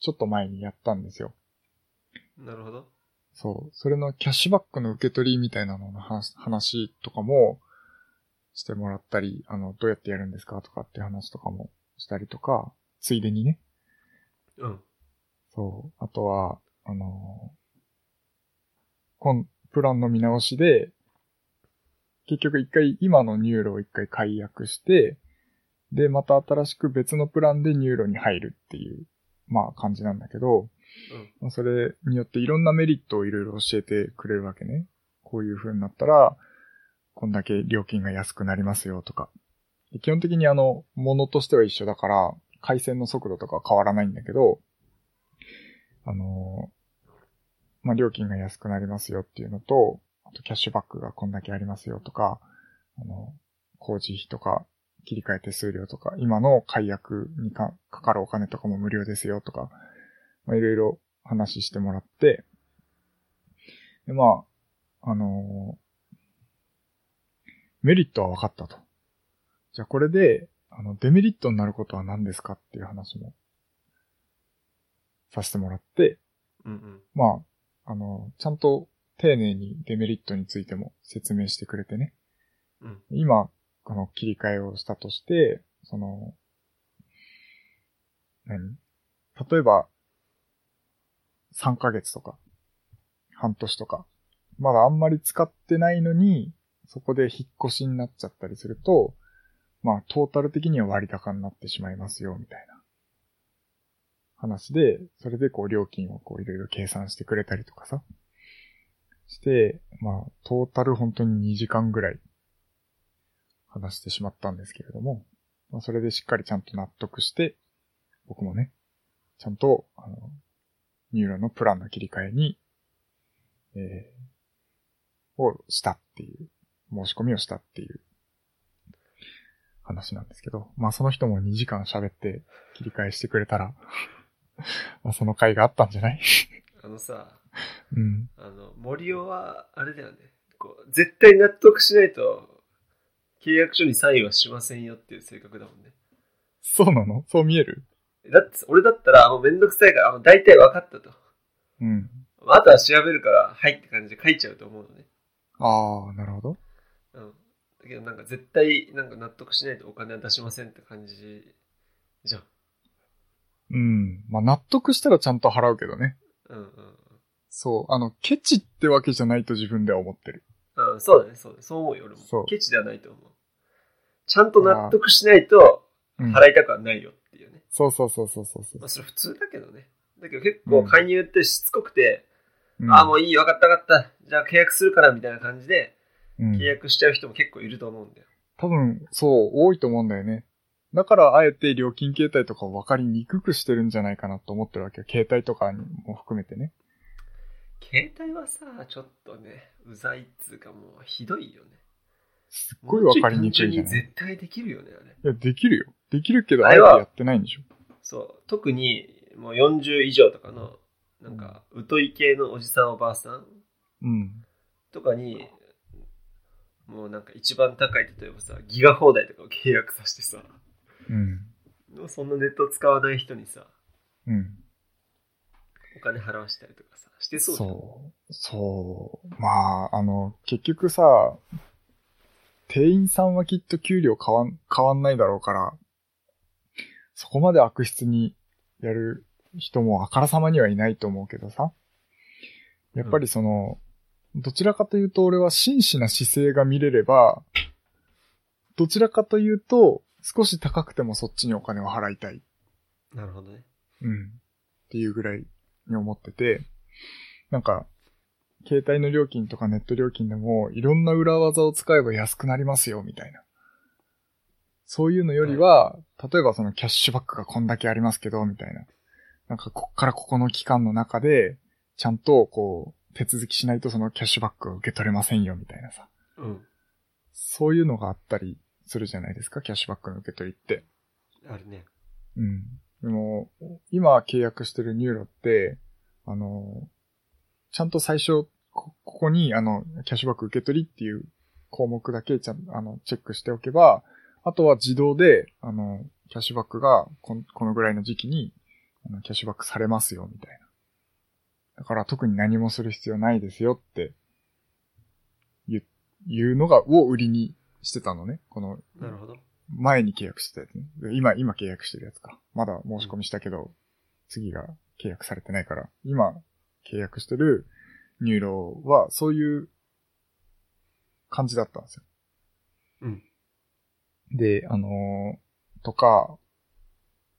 ちょっと前にやったんですよ。
なるほど。
そう。それのキャッシュバックの受け取りみたいなのの話話とかもしてもらったり、あの、どうやってやるんですかとかって話とかもしたりとか、ついでにね。
うん。
そう。あとは、あのーこのプランの見直しで、結局一回、今のニューロを一回解約して、で、また新しく別のプランでニューロに入るっていう、まあ感じなんだけど、まあそれによっていろんなメリットをいろいろ教えてくれるわけね。こういう風になったら、こんだけ料金が安くなりますよとか。で基本的にあの、ものとしては一緒だから、回線の速度とかは変わらないんだけど、あのーまあ、料金が安くなりますよっていうのと、あとキャッシュバックがこんだけありますよとか、あの、工事費とか、切り替え手数料とか、今の解約にかかかるお金とかも無料ですよとか、まあ、いろいろ話してもらって、で、まあ、あのーメリットは分かったと。じゃあこれで、あの、デメリットになることは何ですかっていう話もさせてもらって、
うんうん。
まあ、あの、ちゃんと丁寧にデメリットについても説明してくれてね。
うん。
今、この切り替えをしたとして、その、何例えば、3ヶ月とか、半年とか、まだあんまり使ってないのに、そこで引っ越しになっちゃったりすると、まあ、トータル的には割高になってしまいますよ、みたいな話で、それでこう、料金をこう、いろいろ計算してくれたりとかさ、して、まあ、トータル本当に2時間ぐらい話してしまったんですけれども、まあ、それでしっかりちゃんと納得して、僕もね、ちゃんと、あの、ニューロのプランの切り替えに、えー、をしたっていう、申し込みをしたっていう話なんですけど、まあその人も2時間喋って切り替えしてくれたら、 まあその回があったんじゃない
あのさ、
うん。
あの、森尾は、あれだよね。こう、絶対納得しないと、契約書にサインはしませんよっていう性格だもんね。
そうなのそう見える
だって、俺だったら、もうめんどくさいから、あもう大体分かったと。
うん。
まああとは調べるから、はいって感じで書いちゃうと思うのね。
ああ、なるほど。
うん。だけどなんか絶対、なんか納得しないとお金は出しませんって感じじゃん。
うん。まあ納得したらちゃんと払うけどね。
うんうんうん。
そう。あの、ケチってわけじゃないと自分では思ってる。
うん、そうだね、そうだね。そう思うよ、俺
そ
も。
う
ケチではないと思う。ちゃんと納得しないと、
うん。
払いたくはないよっていうね。
そうそうそうそうそうそう
まあ、。それ普通だけどね。だけど結構勧誘ってしつこくて、
うん
ああ、もういい、分かった分かった。じゃあ契約するからみたいな感じで、
うん
契約しちゃう人も結構いると思うんだよ。
多分、そう、多いと思うんだよね。だから、あえて料金形態とかを分かりにくくしてるんじゃないかなと思ってるわけよ。携帯とかも含めてね。
携帯はさ、ちょっとね、うざいっつうかもうひどいよね。
すっごい分かりにくいじゃ
もう
な
ちょ
い
い単純に絶対できるよね、あれ。
いや、できるよ。できるけど、
あ
あえて
れは
やってないんでしょ。
そう。特に、もう40以上とかの、なんか、疎い系のおじさんおばあさん
うん。
とかに、もうなんか一番高い、例えばさ、ギガ放題とかを契約させてさ、
うん。
そんなネット使わない人にさ、
うん。
お金払わしたりとかさ、してそうじゃん
そう。そう。まあ、あの、結局さ、店員さんはきっと給料変わん、変わんないだろうから、そこまで悪質にやる人もあからさまにはいないと思うけどさ。やっぱりその、どちらかというと俺は真摯な姿勢が見れれば、どちらかというと少し高くてもそっちにお金を払いたい。
なるほどね。
うん。っていうぐらいに思ってて、なんか、携帯の料金とかネット料金でも、いろんな裏技を使えば安くなりますよ、みたいな。そういうのよりは、例えばそのキャッシュバックがこんだけありますけど、みたいな。なんか、こっからここの期間の中で、ちゃんと、こう、手続きしないとそのキャッシュバックを受け取れませんよ、みたいなさ。
うん。
そういうのがあったりするじゃないですか、キャッシュバックの受け取りって。
あるね。
うん。でも、今契約してるニューロって、あの、ちゃんと最初、こここに、あの、キャッシュバック受け取りっていう項目だけちゃん、あの、チェックしておけば、あとは自動で、あの、キャッシュバックがこん、このぐらいの時期に、あの、キャッシュバックされますよ、みたいな。だから特に何もする必要ないですよって、言う、言うのが、を売りにしてたのね。この
なるほど。
前に契約してたやつね。今、今契約してるやつか。まだ申し込みしたけど、次が契約されてないから、今契約してるニューロは、そういう感じだったんですよ。
うん。
で、あのーとか、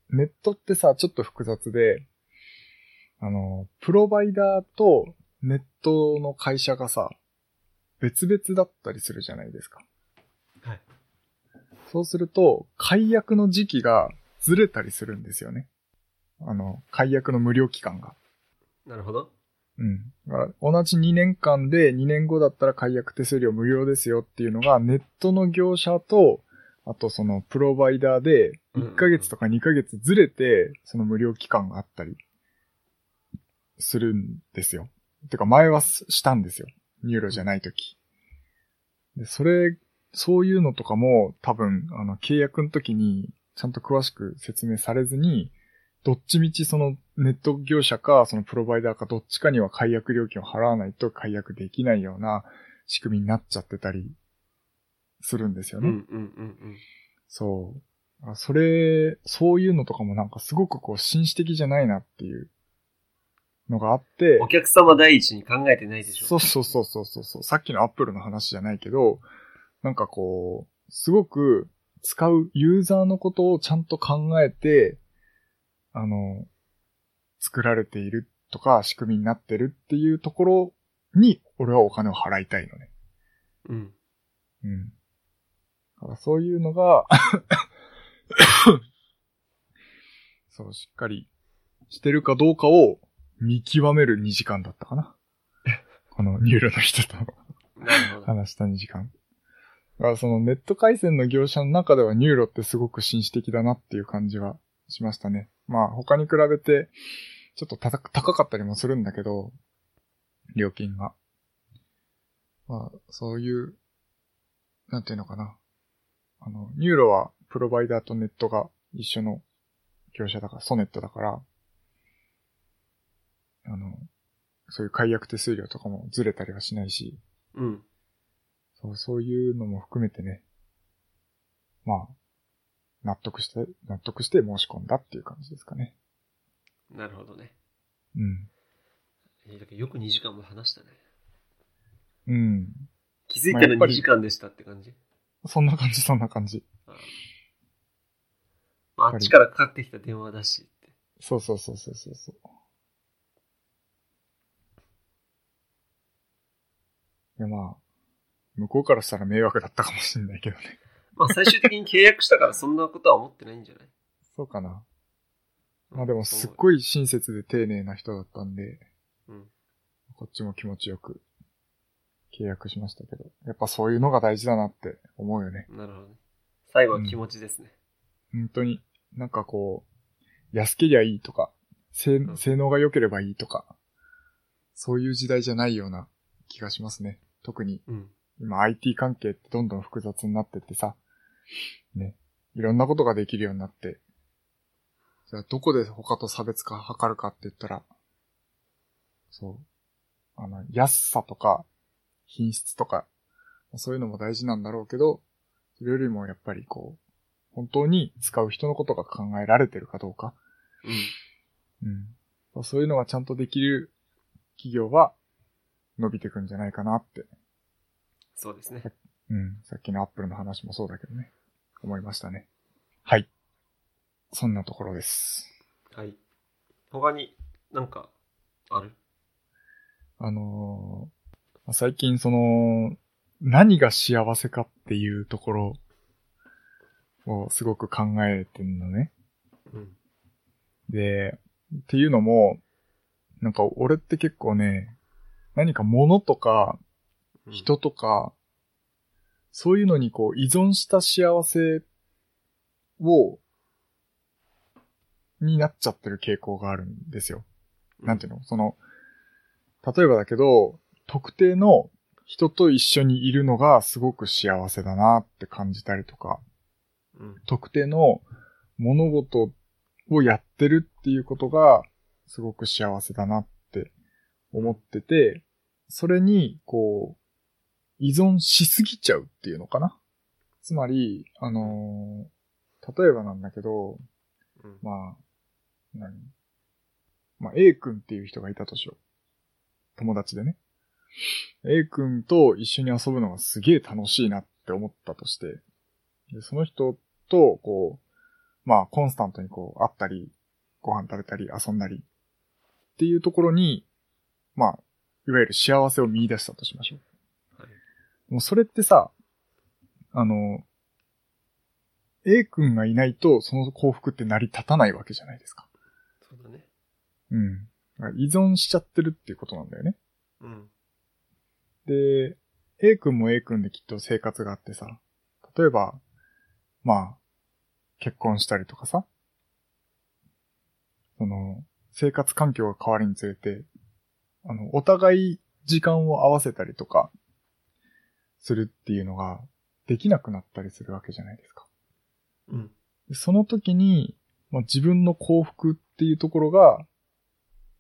ネットってさ、ちょっと複雑で、あのープロバイダーとネットの会社がさ、別々だったりするじゃないですか。
はい。
そうすると、解約の時期がずれたりするんですよね。あの、解約の無料期間が。
なるほど。
うん。だから同じ2年間で2年後だったら解約手数料無料ですよっていうのが、ネットの業者と、あとそのプロバイダーで、1ヶ月とか2ヶ月ずれて、その無料期間があったり、するんですよ。てか前はすしたんですよ。ニューロじゃない時。で、それ、そういうのとかも多分、あの、契約の時にちゃんと詳しく説明されずに、どっちみちそのネット業者か、そのプロバイダーかどっちかには解約料金を払わないと解約できないような仕組みになっちゃってたりするんですよ
うんう
ね。
んうん
そう。あそれ、そういうのとかもなんかすごくこう、紳士的じゃないなっていうのがあって
うん。お、客様第一に考えてないでしょ。
そうそうそうそうそうそう。さっきのアップルの話じゃないけど、なんかこう、すごく使うユーザーのことをちゃんと考えて、あの、作られているとか、仕組みになってるっていうところに、俺はお金を払いたいのね。
うん。
うん。だからそういうのが、 そう、しっかりしてるかどうかを見極める2時間だったか な。このニューロの人と
なるほど。
話した2時間。だからそのネット回線の業者の中ではニューロってすごく紳士的だなっていう感じはしましたね。まあ他に比べてちょっと高く高かったりもするんだけど、料金が。まあそういう、なんていうのかな。あの、ニューロはプロバイダーとネットが一緒の業者だから、ソネットだから、あの、そういう解約手数料とかもずれたりはしないし、
うん。
そう、そういうのも含めてね。まあ、納得して、納得して申し込んだっていう感じですかね。
なるほどね。
うん。
いやだけどよく2時間も話したね。
うん。
気づい
ま
た
あや
ら
っぱ
2
り
時間でしたって感じ。
そんな感じ、そんな感じ。
あーまあ、あっちからかかってきた電話だしって。
そうそうそうそうそうそう。いやまあ、向こうからしたら迷惑だったかもしんないけどね。
まあ最終的に契約したからそんなことは思ってないんじゃない
そうかな。まあでもすっ
い。
ごい親切で丁寧な人だったんで、
うん
こっちも気持ちよく契約しましたけど、やっぱそういうのが大事だなって思うよね。
なるほどね。最後は気持ちですね。
本当に、なんかこう、安けりゃいいとか、性
うん
性能が良ければいいとか、そういう時代じゃないような気がしますね。特に
うん。
今 IT 関係ってどんどん複雑になってってさ、ね、いろんなことができるようになって、じゃあどこで他と差別化図るかって言ったら、そう、あの、安さとか、品質とか、そういうのも大事なんだろうけど、それよりもやっぱりこう、本当に使う人のことが考えられてるかどうか、
うん。
うん。そういうのがちゃんとできる企業は、伸びてくんじゃないかなって、
そうですね。
うん、さっきのアップルの話もそうだけどね、思いましたね。はい。そんなところです。
はい。他になんかある
あのーまあ最近その、何が幸せかっていうところをすごく考えてるのね。
うん。
で、っていうのも、なんか俺って結構ね、何か物とか
うん、
人とか、そういうのにこう依存した幸せを、になっちゃってる傾向があるんですよ。なんていうのその、例えばだけど、特定の人と一緒にいるのがすごく幸せだなって感じたりとか、
うん。
特定の物事をやってるっていうことがすごく幸せだなって思ってて、それに、こう、依存しすぎちゃうっていうのかなつまり、あのー例えばなんだけど、
うん。
まあ、何まあ、A 君っていう人がいたとしよう。友達でね。A 君と一緒に遊ぶのがすげえ楽しいなって思ったとして、でその人と、こう、まあ、コンスタントにこう、会ったり、ご飯食べたり、遊んだり、っていうところに、まあ、いわゆる幸せを見出したとしましょう。
はい。
もうそれってさ、あの、A 君がいないと、その幸福って成り立たないわけじゃないですか。
そうだね。
うん。だから依存しちゃってるっていうことなんだよね。
うん。
で、A 君も A 君できっと生活があってさ、例えば、まあ、結婚したりとかさ、その、生活環境が変わるにつれて、あの、お互い時間を合わせたりとか、するっていうのができなくなったりするわけじゃないですか。
うん。
でその時に、まあ、自分の幸福っていうところが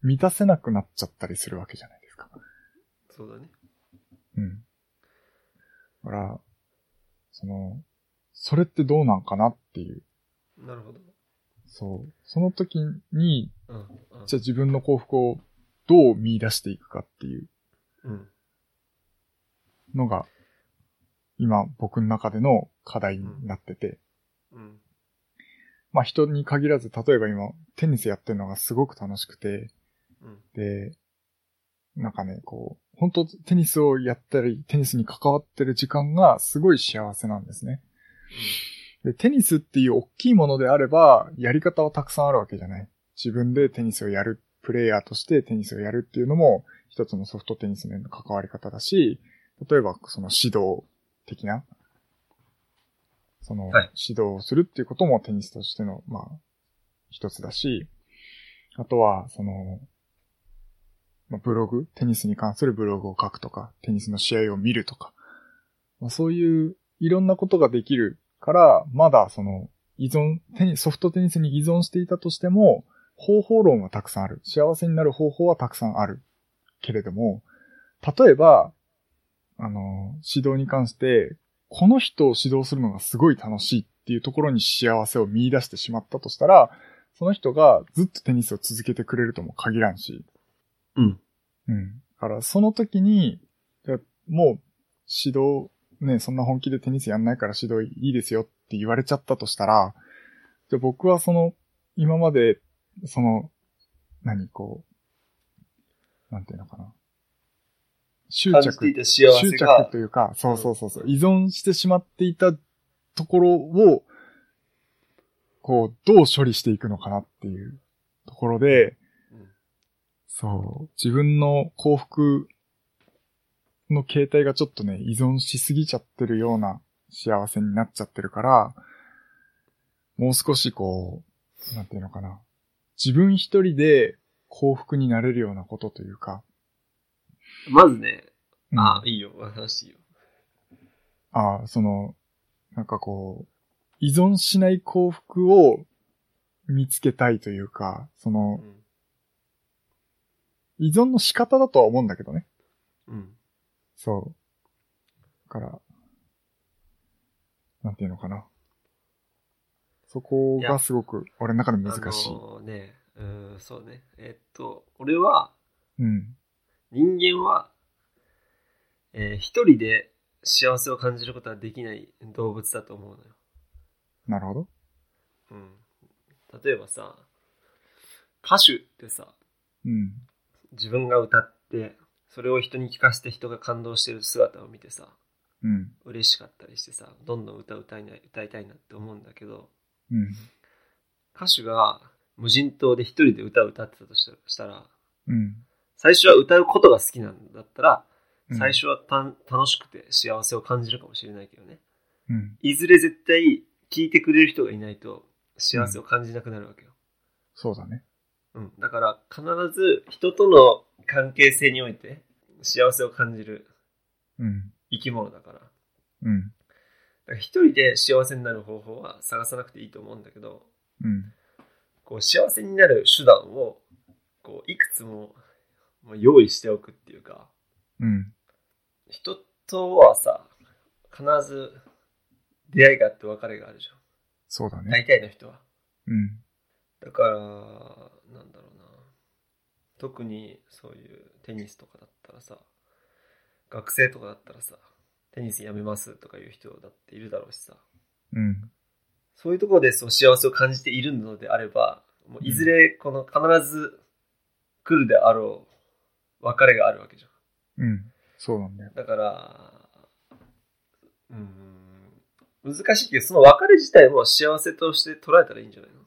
満たせなくなっちゃったりするわけじゃないですか。
そうだね。
うん。だから、その、それってどうなんかなっていう。
なるほど。
そう。その時に、
うん。うん
じゃあ自分の幸福をどう見出していくかっていう
うん。
のが、今僕の中での課題になってて。
うん。
まあ人に限らず、例えば今テニスやってるのがすごく楽しくて、
うん。
で、なんかね、こう、本当テニスをやったり、テニスに関わってる時間がすごい幸せなんですね。で、テニスっていう大きいものであれば、やり方はたくさんあるわけじゃない。自分でテニスをやる、プレイヤーとしてテニスをやるっていうのも、一つのソフトテニスの関わり方だし、例えばその指導的な、その
はい
指導をするっていうこともテニスとしての、まあ、一つだし、あとは、その、まあブログ、テニスに関するブログを書くとか、テニスの試合を見るとか、まあ、そういういろんなことができるから、まだその依存、テニソフトテニスに依存していたとしても、方法論はたくさんある。幸せになる方法はたくさんある。けれども、例えば、あの、指導に関して、この人を指導するのがすごい楽しいっていうところに幸せを見出してしまったとしたら、その人がずっとテニスを続けてくれるとも限らんし、
うん。
うん。だから、その時に、いやもう、指導、ね、そんな本気でテニスやんないから指導いいですよって言われちゃったとしたら、じゃあ僕はその、今まで、その、何、こう、なんていうのかな。執
感じていた幸せ
執着
が、
というか、そうそうそうそう、依存してしまっていたところを、こう、どう処理していくのかなっていうところで、
うん
そう、自分の幸福の形態がちょっとね、依存しすぎちゃってるような幸せになっちゃってるから、もう少しこう、なんていうのかな。自分一人で幸福になれるようなことというか。
まずね、
うん
あ、いいよ。話していいよ。
ああ、その、なんかこう、依存しない幸福を見つけたいというか、そうの、
ん。
依存の仕方だとは思うんだけどね。
うん。
そう。だから、なんていうのかな。そこがすごく、俺の中で難しい。
あのね、うん、そうね。えっと、俺は、
うん。
人間はえー一人で幸せを感じることはできない動物だと思うのよ。
なるほど。
うん、例えばさ歌手ってさ
うん。
自分が歌ってそれを人に聞かせて人が感動してる姿を見てさ
うん。
嬉しかったりしてさどんどん歌を歌いな歌いたいなって思うんだけど
うん。
歌手が無人島で一人で歌を歌ってたとしたしたら
うん。
最初は歌うことが好きなんだったら
うん
最。初はた楽しくて幸せを感じるかもしれないけどね
うん。
いずれ絶対聴いてくれる人がいないと幸せを感じなくなるわけよ、
そうだね。
うん、だから必ず人との関係性において幸せを感じる
うん。
生き物だからだか
うん。
ら一人で幸せになる方法は探さなくていいと思うんだけど
うん。
こう幸せになる手段をこういくつももう用意しておくっていうか
うん。
人とはさ必ず出会いがあって別れがあるじ
そうだ
ゃん
ね。
大体の人は
うん。
だからなんだろうな特にそういうテニスとかだったらさ学生とかだったらさテニスやめますとかいう人だっているだろうしさ
うん。
そういうところでそう幸せを感じているのであればもういずれこの必ず来るであろう別れがあるわけじゃん
うん。そうなんだよ。
だからうーん難しいけどその別れ自体も幸せとして捉えたらいいんじゃないの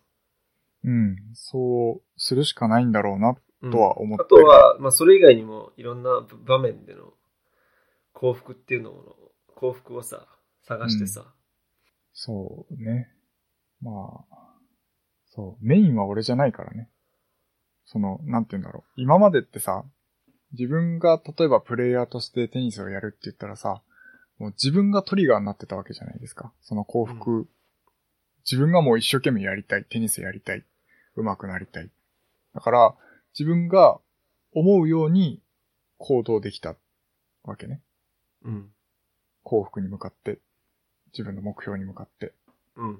うん。そうするしかないんだろうな。
うん
とは思って
あとは、まあ、それ以外にもいろんな場面での幸福っていうのを幸福をさ探してさ、
そうね。まあ、そう。メインは俺じゃないからね。その、なんて言うんだろう。今までってさ、自分が例えばプレイヤーとしてテニスをやるって言ったらさ、もう自分がトリガーになってたわけじゃないですか。その幸福。自分がもう一生懸命やりたい。テニスやりたい。上手くなりたい。だから、自分が思うように行動できたわけね。
うん
幸福に向かって、自分の目標に向かって。
うん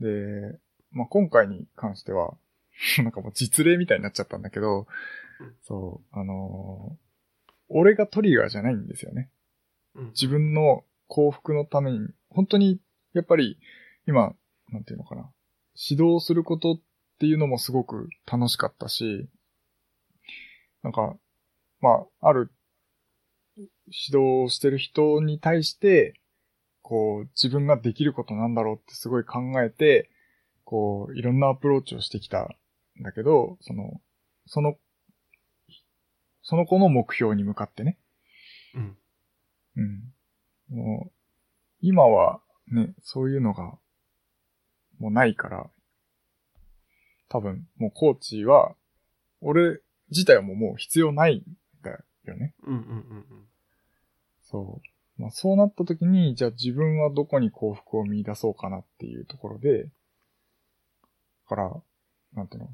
で、まあ、今回に関しては、 なんかもう実例みたいになっちゃったんだけど
うん、
そう、あのー俺がトリガーじゃないんですよね。
うん
自分の幸福のために、本当に、やっぱり、今、なんていうのかな、指導することっていうのもすごく楽しかったし、なんか、まあ、ある、指導をしてる人に対して、こう、自分ができることなんだろうってすごい考えて、こう、いろんなアプローチをしてきたんだけど、その、その、その子の目標に向かってね、
うん
うん。もう、今はね、そういうのが、もうないから、多分、もうコーチは、俺自体はもうもう必要ないんだよね。
うんうんうん
そう。まあそうなった時に、じゃあ自分はどこに幸福を見出そうかなっていうところで、だから、なんていうの、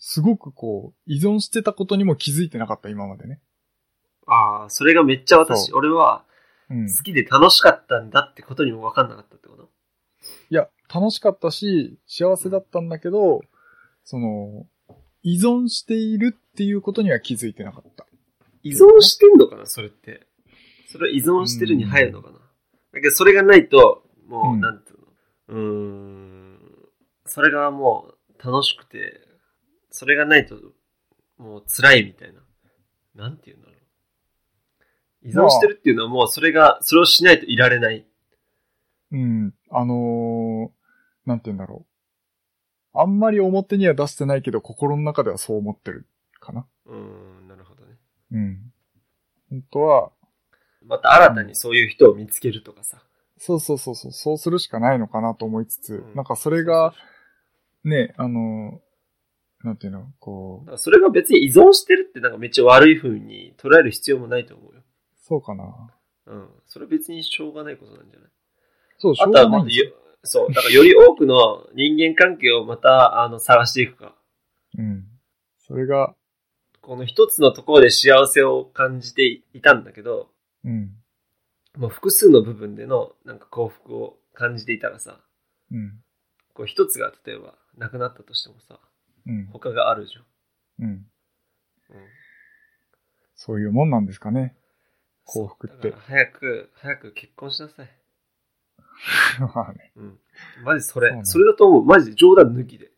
すごくこう、依存してたことにも気づいてなかった、今までね。
ああそれがめっちゃ私
そ
俺は
うん。
好きで楽しかったんだってことにも分かんなかったってこと
いや、楽しかったし、幸せだったんだけど、その、依存しているっていうことには気づいてなかった。
依存してんのかなそれってそれは依存してるに入るのかな、だけどそれがないとも
う
うんなんていうのうーんそれがもう楽しくてそれがないともう辛いみたいななんていうんだろう依存してるっていうのはもうそれがそれをしないといられない
うん。あのー、なんて言うんだろう。あんまり表には出してないけど、心の中ではそう思ってるかな。
うーんなるほどね
うん。本当は、
また新たにそういう人を見つけるとかさ、
そうそうそうそう、そうするしかないのかなと思いつつ、
うん
なんかそれが、ね、あのー、なんていうの、こ
だ
う、
からそれが別に依存してるってなんかめっちゃ悪い風に捉える必要もないと思うよ
そうかな。
うん。それ別にしょうがないことなんじゃない
そう、しょ
あ
う
とは
がない
ま
んで
ず
すよ
よ、そう、だからより多くの人間関係をまた、あの、探していくか。
うん。それが、
この一つのところで幸せを感じていたんだけど、
うん、
もう複数の部分での、なんか幸福を感じていたらさ、
うん、
こう一つが例えば、なくなったとしてもさ、
うん、
他があるじゃん。
うん。
うん。
そういうもんなんですかね。 幸福っ
だか
て
ら。早く、早く結婚しなさい。
まあね。
うん。マジそれ。
そうね
それだと思う。マジ冗談抜きで。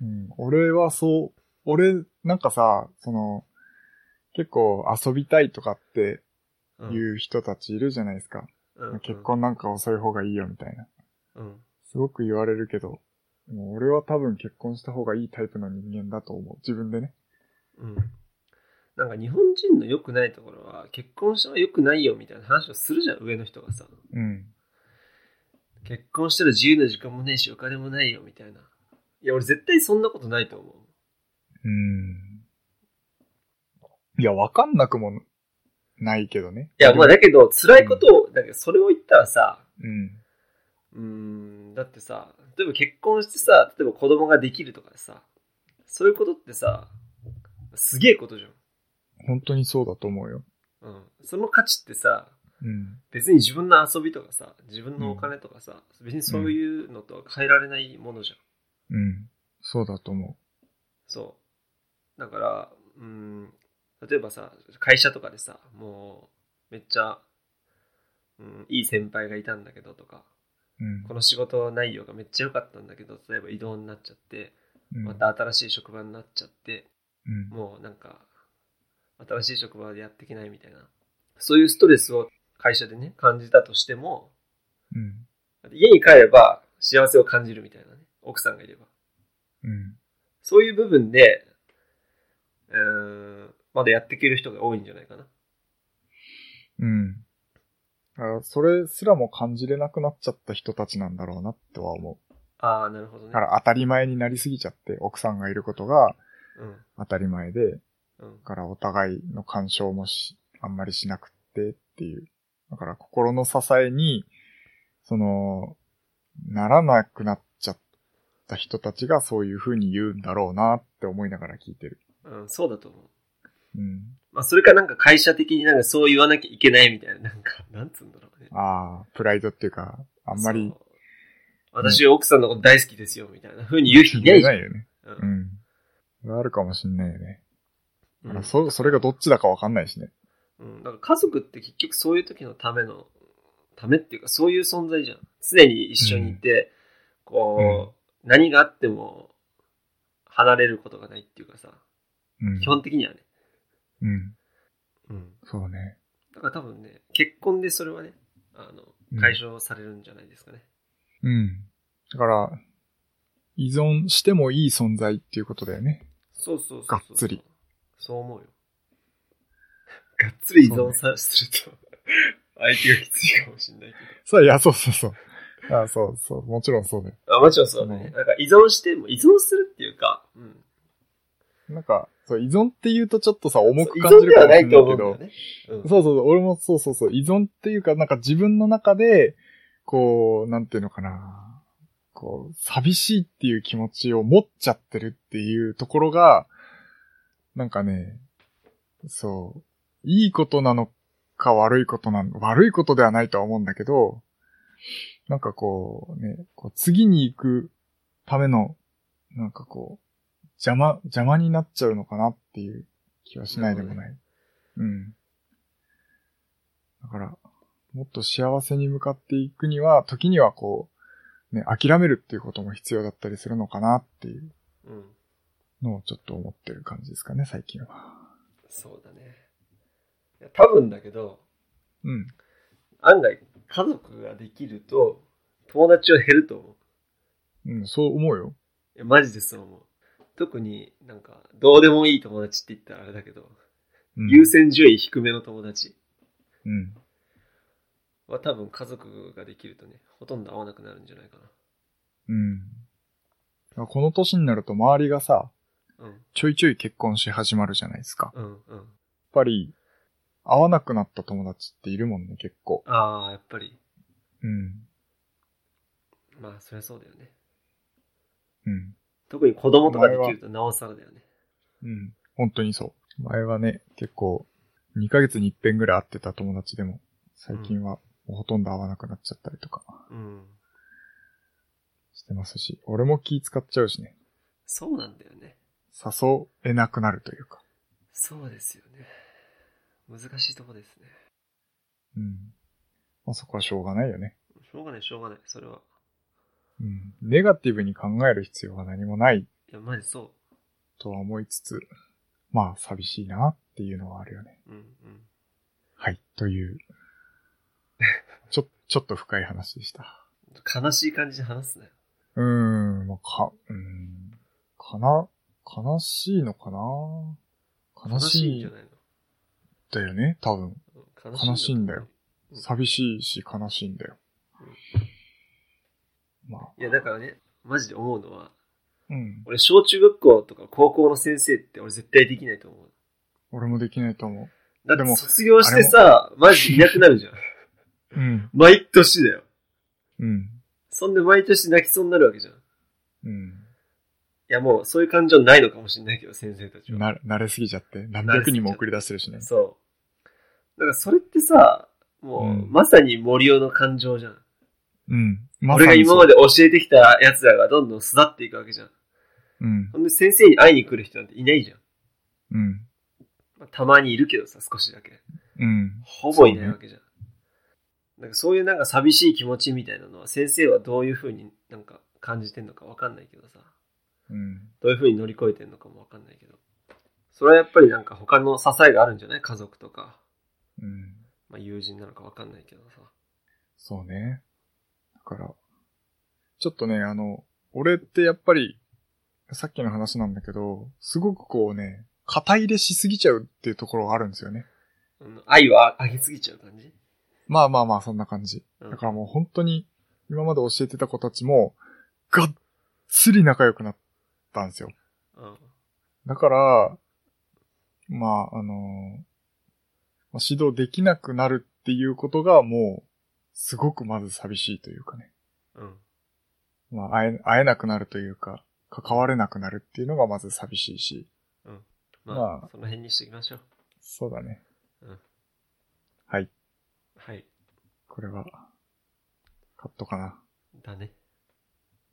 うん、俺はそう、俺、なんかさ、その、結構遊びたいとかって
うん
いう人たちいるじゃないですか。
うんうん
結婚なんか遅い方がいいよみたいな。
うん。
すごく言われるけど、もう俺は多分結婚した方がいいタイプの人間だと思う。自分でね。
うん。なんか日本人の良くないところは、結婚しても良くないよみたいな話をするじゃん、上の人がさ。
うん。
結婚したら自由な時間もねえし、お金もないよみたいな。いや、俺絶対そんなことないと思う。
うん。いや、わかんなくもないけどね。
いや、まあだけど、辛いことを、だけどそれを言ったらさ、
うん。
うーん、だってさ、例えば結婚してさ、例えば子供ができるとかさ、そういうことってさ、すげえことじゃん。
本当にそうだと思うよ。
うん。その価値ってさ、
うん。
別に自分の遊びとかさ、自分のお金とかさ、別にそういうのとは変えられないものじゃん。
うん。そうだと思
そう。だから、うーん、例えばさ、会社とかでさ、もう、めっちゃ、うん、いい先輩がいたんだけどとか、
う。うん。
この仕事内容がめっちゃ良かったんだけど、例えば異動になっちゃって、
うん
また新しい職場になっちゃって、
うん。
もうなんか、新しい職場でやっていけないみたいな、そういうストレスを会社でね、感じたとしても、
うん。
家に帰れば幸せを感じるみたいなね、奥さんがいれば。
うん。
そういう部分で、うーん、まだやっていける人が多いんじゃないかな。
うん。だからそれすらも感じれなくなっちゃった人たちなんだろうなとは思う。
ああ、なるほどね
だか。ら当たり前になりすぎちゃって、奥さんがいることが
うん、
当たり前で、だ
うん、
からお互いの干渉もし、あんまりしなくってっていう。だから心の支えに、その、ならなくなっちゃった人たちがそういう風に言うんだろうなって思いながら聞いてる。
うん、そうだと思う。
うん。
まあ、それかなんか会社的になんかそう言わなきゃいけないみたいな、なんか、なんつうんだろうね。
ああ、プライドっていうか、あんまり
そう。私、奥さんのこと大好きですよ、みたいな風に言う人いないじゃん。
ないよね。
う
うんん。それはあるかもしんないよね。
う
だから
ん
そ、それがどっちだかわかんないしね。
うん、だから家族って結局そういう時のための、ためっていうかそういう存在じゃん。常に一緒にいて、こう、何があっても離れることがないっていうかさ、
うん。
基本的にはね。
うん。
うん。
そうね。
だから多分ね、結婚でそれはね、あ
うん
の、解消されるんじゃないですかね。
うん。だから、依存してもいい存在っていうことだよね。
そうそうそうそう。
がっつり。
そう思うよ。 がっつり依存さ、すると、 相手がきついかもしれないけど。
そう、いや、そうそうそう。あそうそう。もちろんそうだよ。
あ、もちろんそうだ
う
ね
ん。
なんか依存しても、依存するっていうか、うん。
なんか、そう、依存って言うとちょっとさ、重く
依
感じ
存
る
で
か
は
もし
な
れないいけ
と思うんだ
ど
よ。ね。うん
そうそうそう、俺もそうそうそう、依存っていうか、なんか自分の中で、こう、なんていうのかな、こう、寂しいっていう気持ちを持っちゃってるっていうところが、なんかね、そう、いいことなのか悪いことなの、悪いことではないとは思うんだけど、なんかこうね、こう次に行くための、なんかこう、邪魔、邪魔になっちゃうのかなっていう気はしないでもない。うん。だから、もっと幸せに向かっていくには、時にはこう、ね、諦めるっていうことも必要だったりするのかなっていう
うん。
のをちょっと思ってる感じですかね、最近は。
そうだね。いや多分だけど、
うん。
案外、家族ができると、友達は減ると思う。
うん、そう思うよ。
いや、マジでそう思う。特になんか、どうでもいい友達って言ったらあれだけど、
うん。
優先順位低めの友達
うん。
は多分家族ができるとね、ほとんど会わなくなるんじゃないか
うん。だからこの年になると周りがさ、
な。うん。
ちょいちょい結婚し始まるじゃないですか。やっ
うんうん。
ぱり、会わなくなった友達っているもんね、結構。
ああ、やっぱり。
うん。
まあ、そりゃそうだよね。
うん。
特に子供とかできるとなおさらだよね。
うん。本当にそう。前はね、結構、2ヶ月に一遍ぐらい会ってた友達でも、最近はもうほとんど会わなくなっちゃったりとか
うん。
してますし、俺も気使っちゃうしね、
そうなんだよね。
誘えなくなるというか。
そうですよね。難しいとこですね。
うん。まあそこはしょうがないよね。
しょうがない、しょうがない、それは。
うん。ネガティブに考える必要は何もない
いや、マジそ
とは思いつつ、まあ寂しいなっていうのはあるよね。
う。うんうん。
はい。という。 ちょ、ちょっと深い話でした。
悲しい感じで話すね。
うーん、まあ、か、うーん、かな、悲しいのかな悲し
ん
い
じゃ
ん
ないの
だよね、多分。
悲
悲しいんだよ。
うん
寂しいし悲しいんだよ。まあ、
いや、だからね、マジで思うのは、
うん。
俺、小中学校とか高校の先生って俺絶対できないと思う。
俺もできないと思
だ
で
って
も
卒業してさ、マジでいなくな るじゃん。
う。うん。
毎年だよ。
うん。
そんで毎年泣きそうになるわけじゃん。い
うん。
や、もうそういう感情ないのかもしれないけど、先生たちは。
な、慣れすぎちゃって、何百人も送り出してるしね。
そう。だからそれってさ、もう、
うん
まさに森尾の感情じゃん。
うん。ま
俺が今ま
で。
で教えてきた奴らがどんどん育っていくわけじゃん。
うん。
ほんで先生に会いに来る人なんていないじゃん。
うん。
まあたまにいるけどさ、少しだけ。
うん。
ほぼいないわけじゃん。なんかそういうなんか寂しい気持ちみたいなのは先生はどういうふうになんか感じてんのかわかんないけどさ。
うん。
どういうふうに乗り越えてんのかもわかんないけど。それはやっぱりなんか他の支えがあるんじゃない家族とか、
うん。
まあ、友人なのかわかんないけどさ。
そうね。だから、ちょっとね、あの、俺ってやっぱり、さっきの話なんだけど、すごくこうね、肩入れしすぎちゃうっていうところがあるんですよね。
うん愛は上げすぎちゃう感じ、
まあまあまあ、そんな感じ。
うん
だからもう本当に、今まで教えてた子たちも、がっつり仲良くなったんですよ。
うん
だから、まあ、あの、まあ指導できなくなるっていうことがもう、すごくまず寂しいというかね。
うん。
まあ、会え、会えなくなるというか、関われなくなるっていうのがまず寂しいし。
まあ、
まあ
その辺にしときましょう。
そうだね。
うん
はい。
はい。
これは、カットかな。
だね。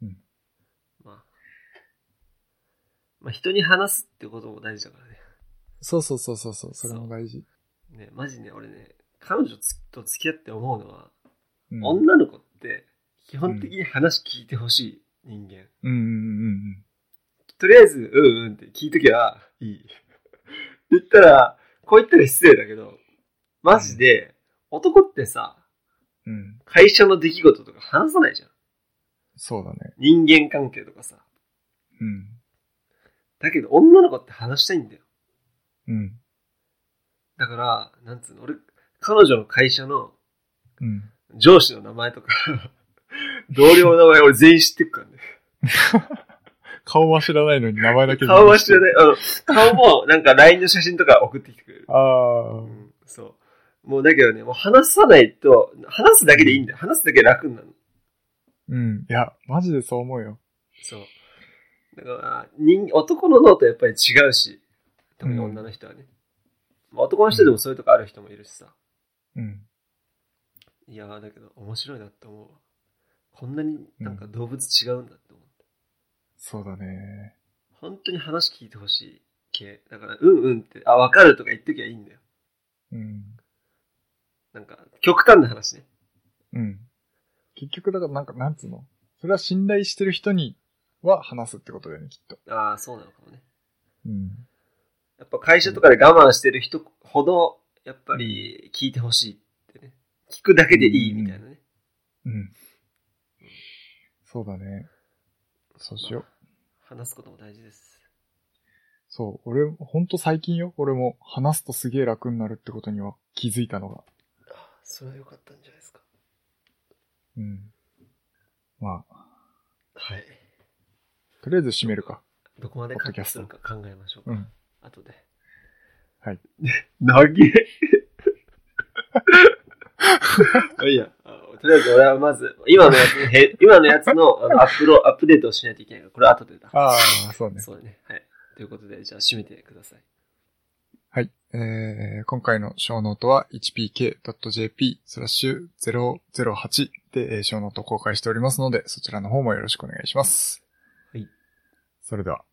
うん。
まあ。まあ人に話すってことも大事だからね。
そうそうそうそうそう、それも大事。
ね、マジね、俺ね、彼女つと付き合って思うのは、
うん
女の子って基本的に話聞いてほしい人間。
うんうんうん
とりあえず、うんうんって聞いときゃいい。言ったら、こう言ったら失礼だけど、マジで、男ってさ、
うん。うん。
会社の出来事とか話さないじゃん。
そうだね。
人間関係とかさ。
うん。
だけど、女の子って話したいんだよ。
うん。
だから、なんつうの、俺、彼女の会社の
うん。
上司の名前とか、 同僚の名前俺全員知ってるからね。
顔は知らないのに名前だけ
顔は知ら
い。
ない。あの、顔もなんか LINE の写真とか送ってきてくれる。
ああ
う。ん、そう。もうだけどね、もう話さないと、話すだけでいいんだよ。話すだけ楽になるの。
うん。いや、マジでそう思うよ。
そう。だから、人男の脳とやっぱり違うし、特に女の人はね。まあ男の人でもそういうとこある人もいるしさ。
うん。
いやーだけど面白いなって思うわ。こんなになんか動物違うんだって思って。
そうだね。
本当に話聞いてほしい系。だから、うんうんって、あ、わかるとか言っときゃいいんだよ。
うん。
なんか、極端な話ね。
うん。結局、だからなんか、なんつうのそれは信頼してる人には話すってことだよね、きっと。
ああ、そうなのかもね。
うん。
やっぱ会社とかで我慢してる人ほど、やっぱり聞いてほしいってね。聞くだけでいいみたいなね。
うん。そうだね。そうしよう。
話すことも大事です。
そう。俺、ほんと最近よ。俺も話すとすげえ楽になるってことには気づいたのが。
ああ、それは良かったんじゃないですか。
うん。まあ、
はい。
とりあえず締めるか。
どこまで
ポッ
カ
ド
ッ
キャ
ト
ス
す
ト
るか考えましょうか。
うん。
後で。
はい。
投げ いや、あとりあえず俺はまず、今のやつ、へ 今のやつ のあのアップロ、アップデートをしないといけないから、これは後でだ。
ああ、そうね。
そうだね。はい。ということで、じゃあ締めてください。
はい。えー、今回の小ノートは hpk.jp スラッシュ008でえー小ノートを公開しておりますので、そちらの方もよろしくお願いします。
はい。
それでは。